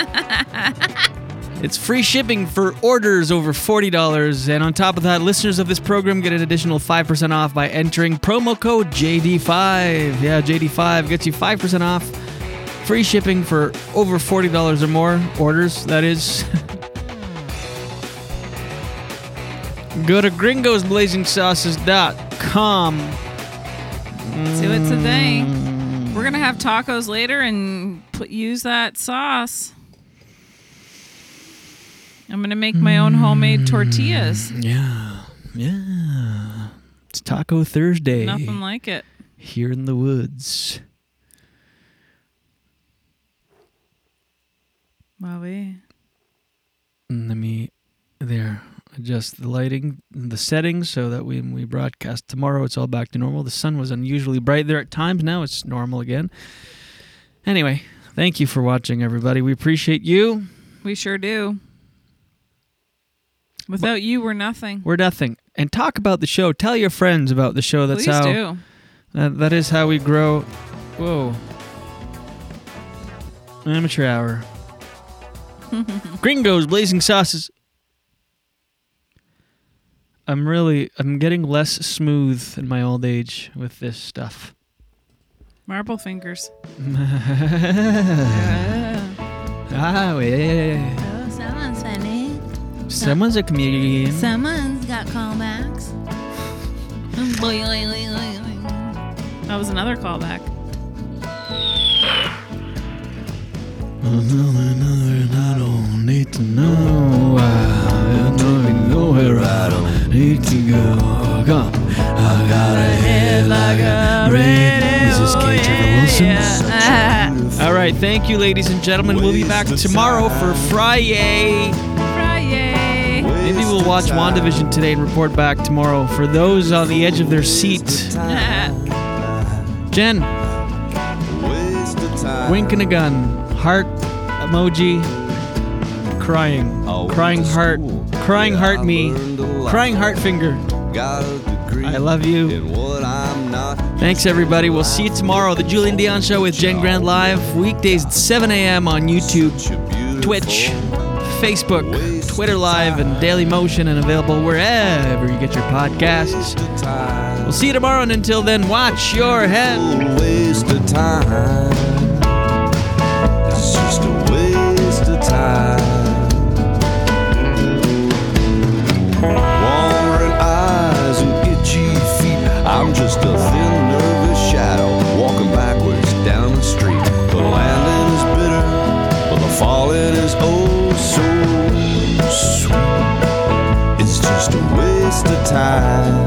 A: it's free shipping for orders over $40. And on top of that, listeners of this program get an additional 5% off by entering promo code JD5. Yeah, JD5 gets you 5% off. Free shipping for over $40 or more orders, that is. (laughs) Go to gringosblazingsauces.com.
J: Do it today.
A: Mm.
J: We're gonna have tacos later and put, use that sauce. I'm gonna make my own homemade tortillas.
A: Mm, Yeah. Yeah. It's Taco Thursday.
J: Nothing like it.
A: Here in the woods.
J: Wowie.
A: And Let me there adjust the lighting, the settings, so that when we broadcast tomorrow, it's all back to normal. The sun was unusually bright there at times. Now it's normal again. Anyway, thank you for watching, everybody. We appreciate you.
J: We sure do. Without you, we're nothing.
A: We're nothing. And talk about the show. Tell your friends about the show. That's
J: Please
A: how.
J: do.
A: That, that is how we grow. Whow. Amateur (laughs) hour. Gringos, blazing sauces. I'm really, I'm getting less smooth in my old age with this stuff.
J: Marble fingers.
A: ah, yeah.
L: Oh, Someone's funny.
A: Someone's a comedian.
L: Someone's got callbacks. (laughs)
J: That was another callback.
A: Another, another, I don't need to know why. I don't even know where I don't need to go. Come, I got a head like a radio. This is Kate Wilson. All right, thank you, ladies and gentlemen. We'll be back tomorrow for Friday.
J: (laughs) Friday.
A: Maybe we'll watch WandaVision today and report back tomorrow for those on the edge of their seat. Jen, wink and a gun, heart emoji, crying, crying heart, crying heart me, crying heart finger. I love you. Thanks, everybody. We'll see you tomorrow. The Julian Dion Show with Jen Grant Live, weekdays at 7 a.m. on YouTube, Twitch, Facebook, Twitter Live, and Daily Motion, and available wherever you get your podcasts. We'll see you tomorrow, and until then, watch your head.
K: waste of time. It's just a waste of time.
E: Wandering eyes and itchy feet. I'm just a thin, nervous shadow walking backwards down the street. The landing is bitter, but the falling is oh so sweet. It's just a waste of time.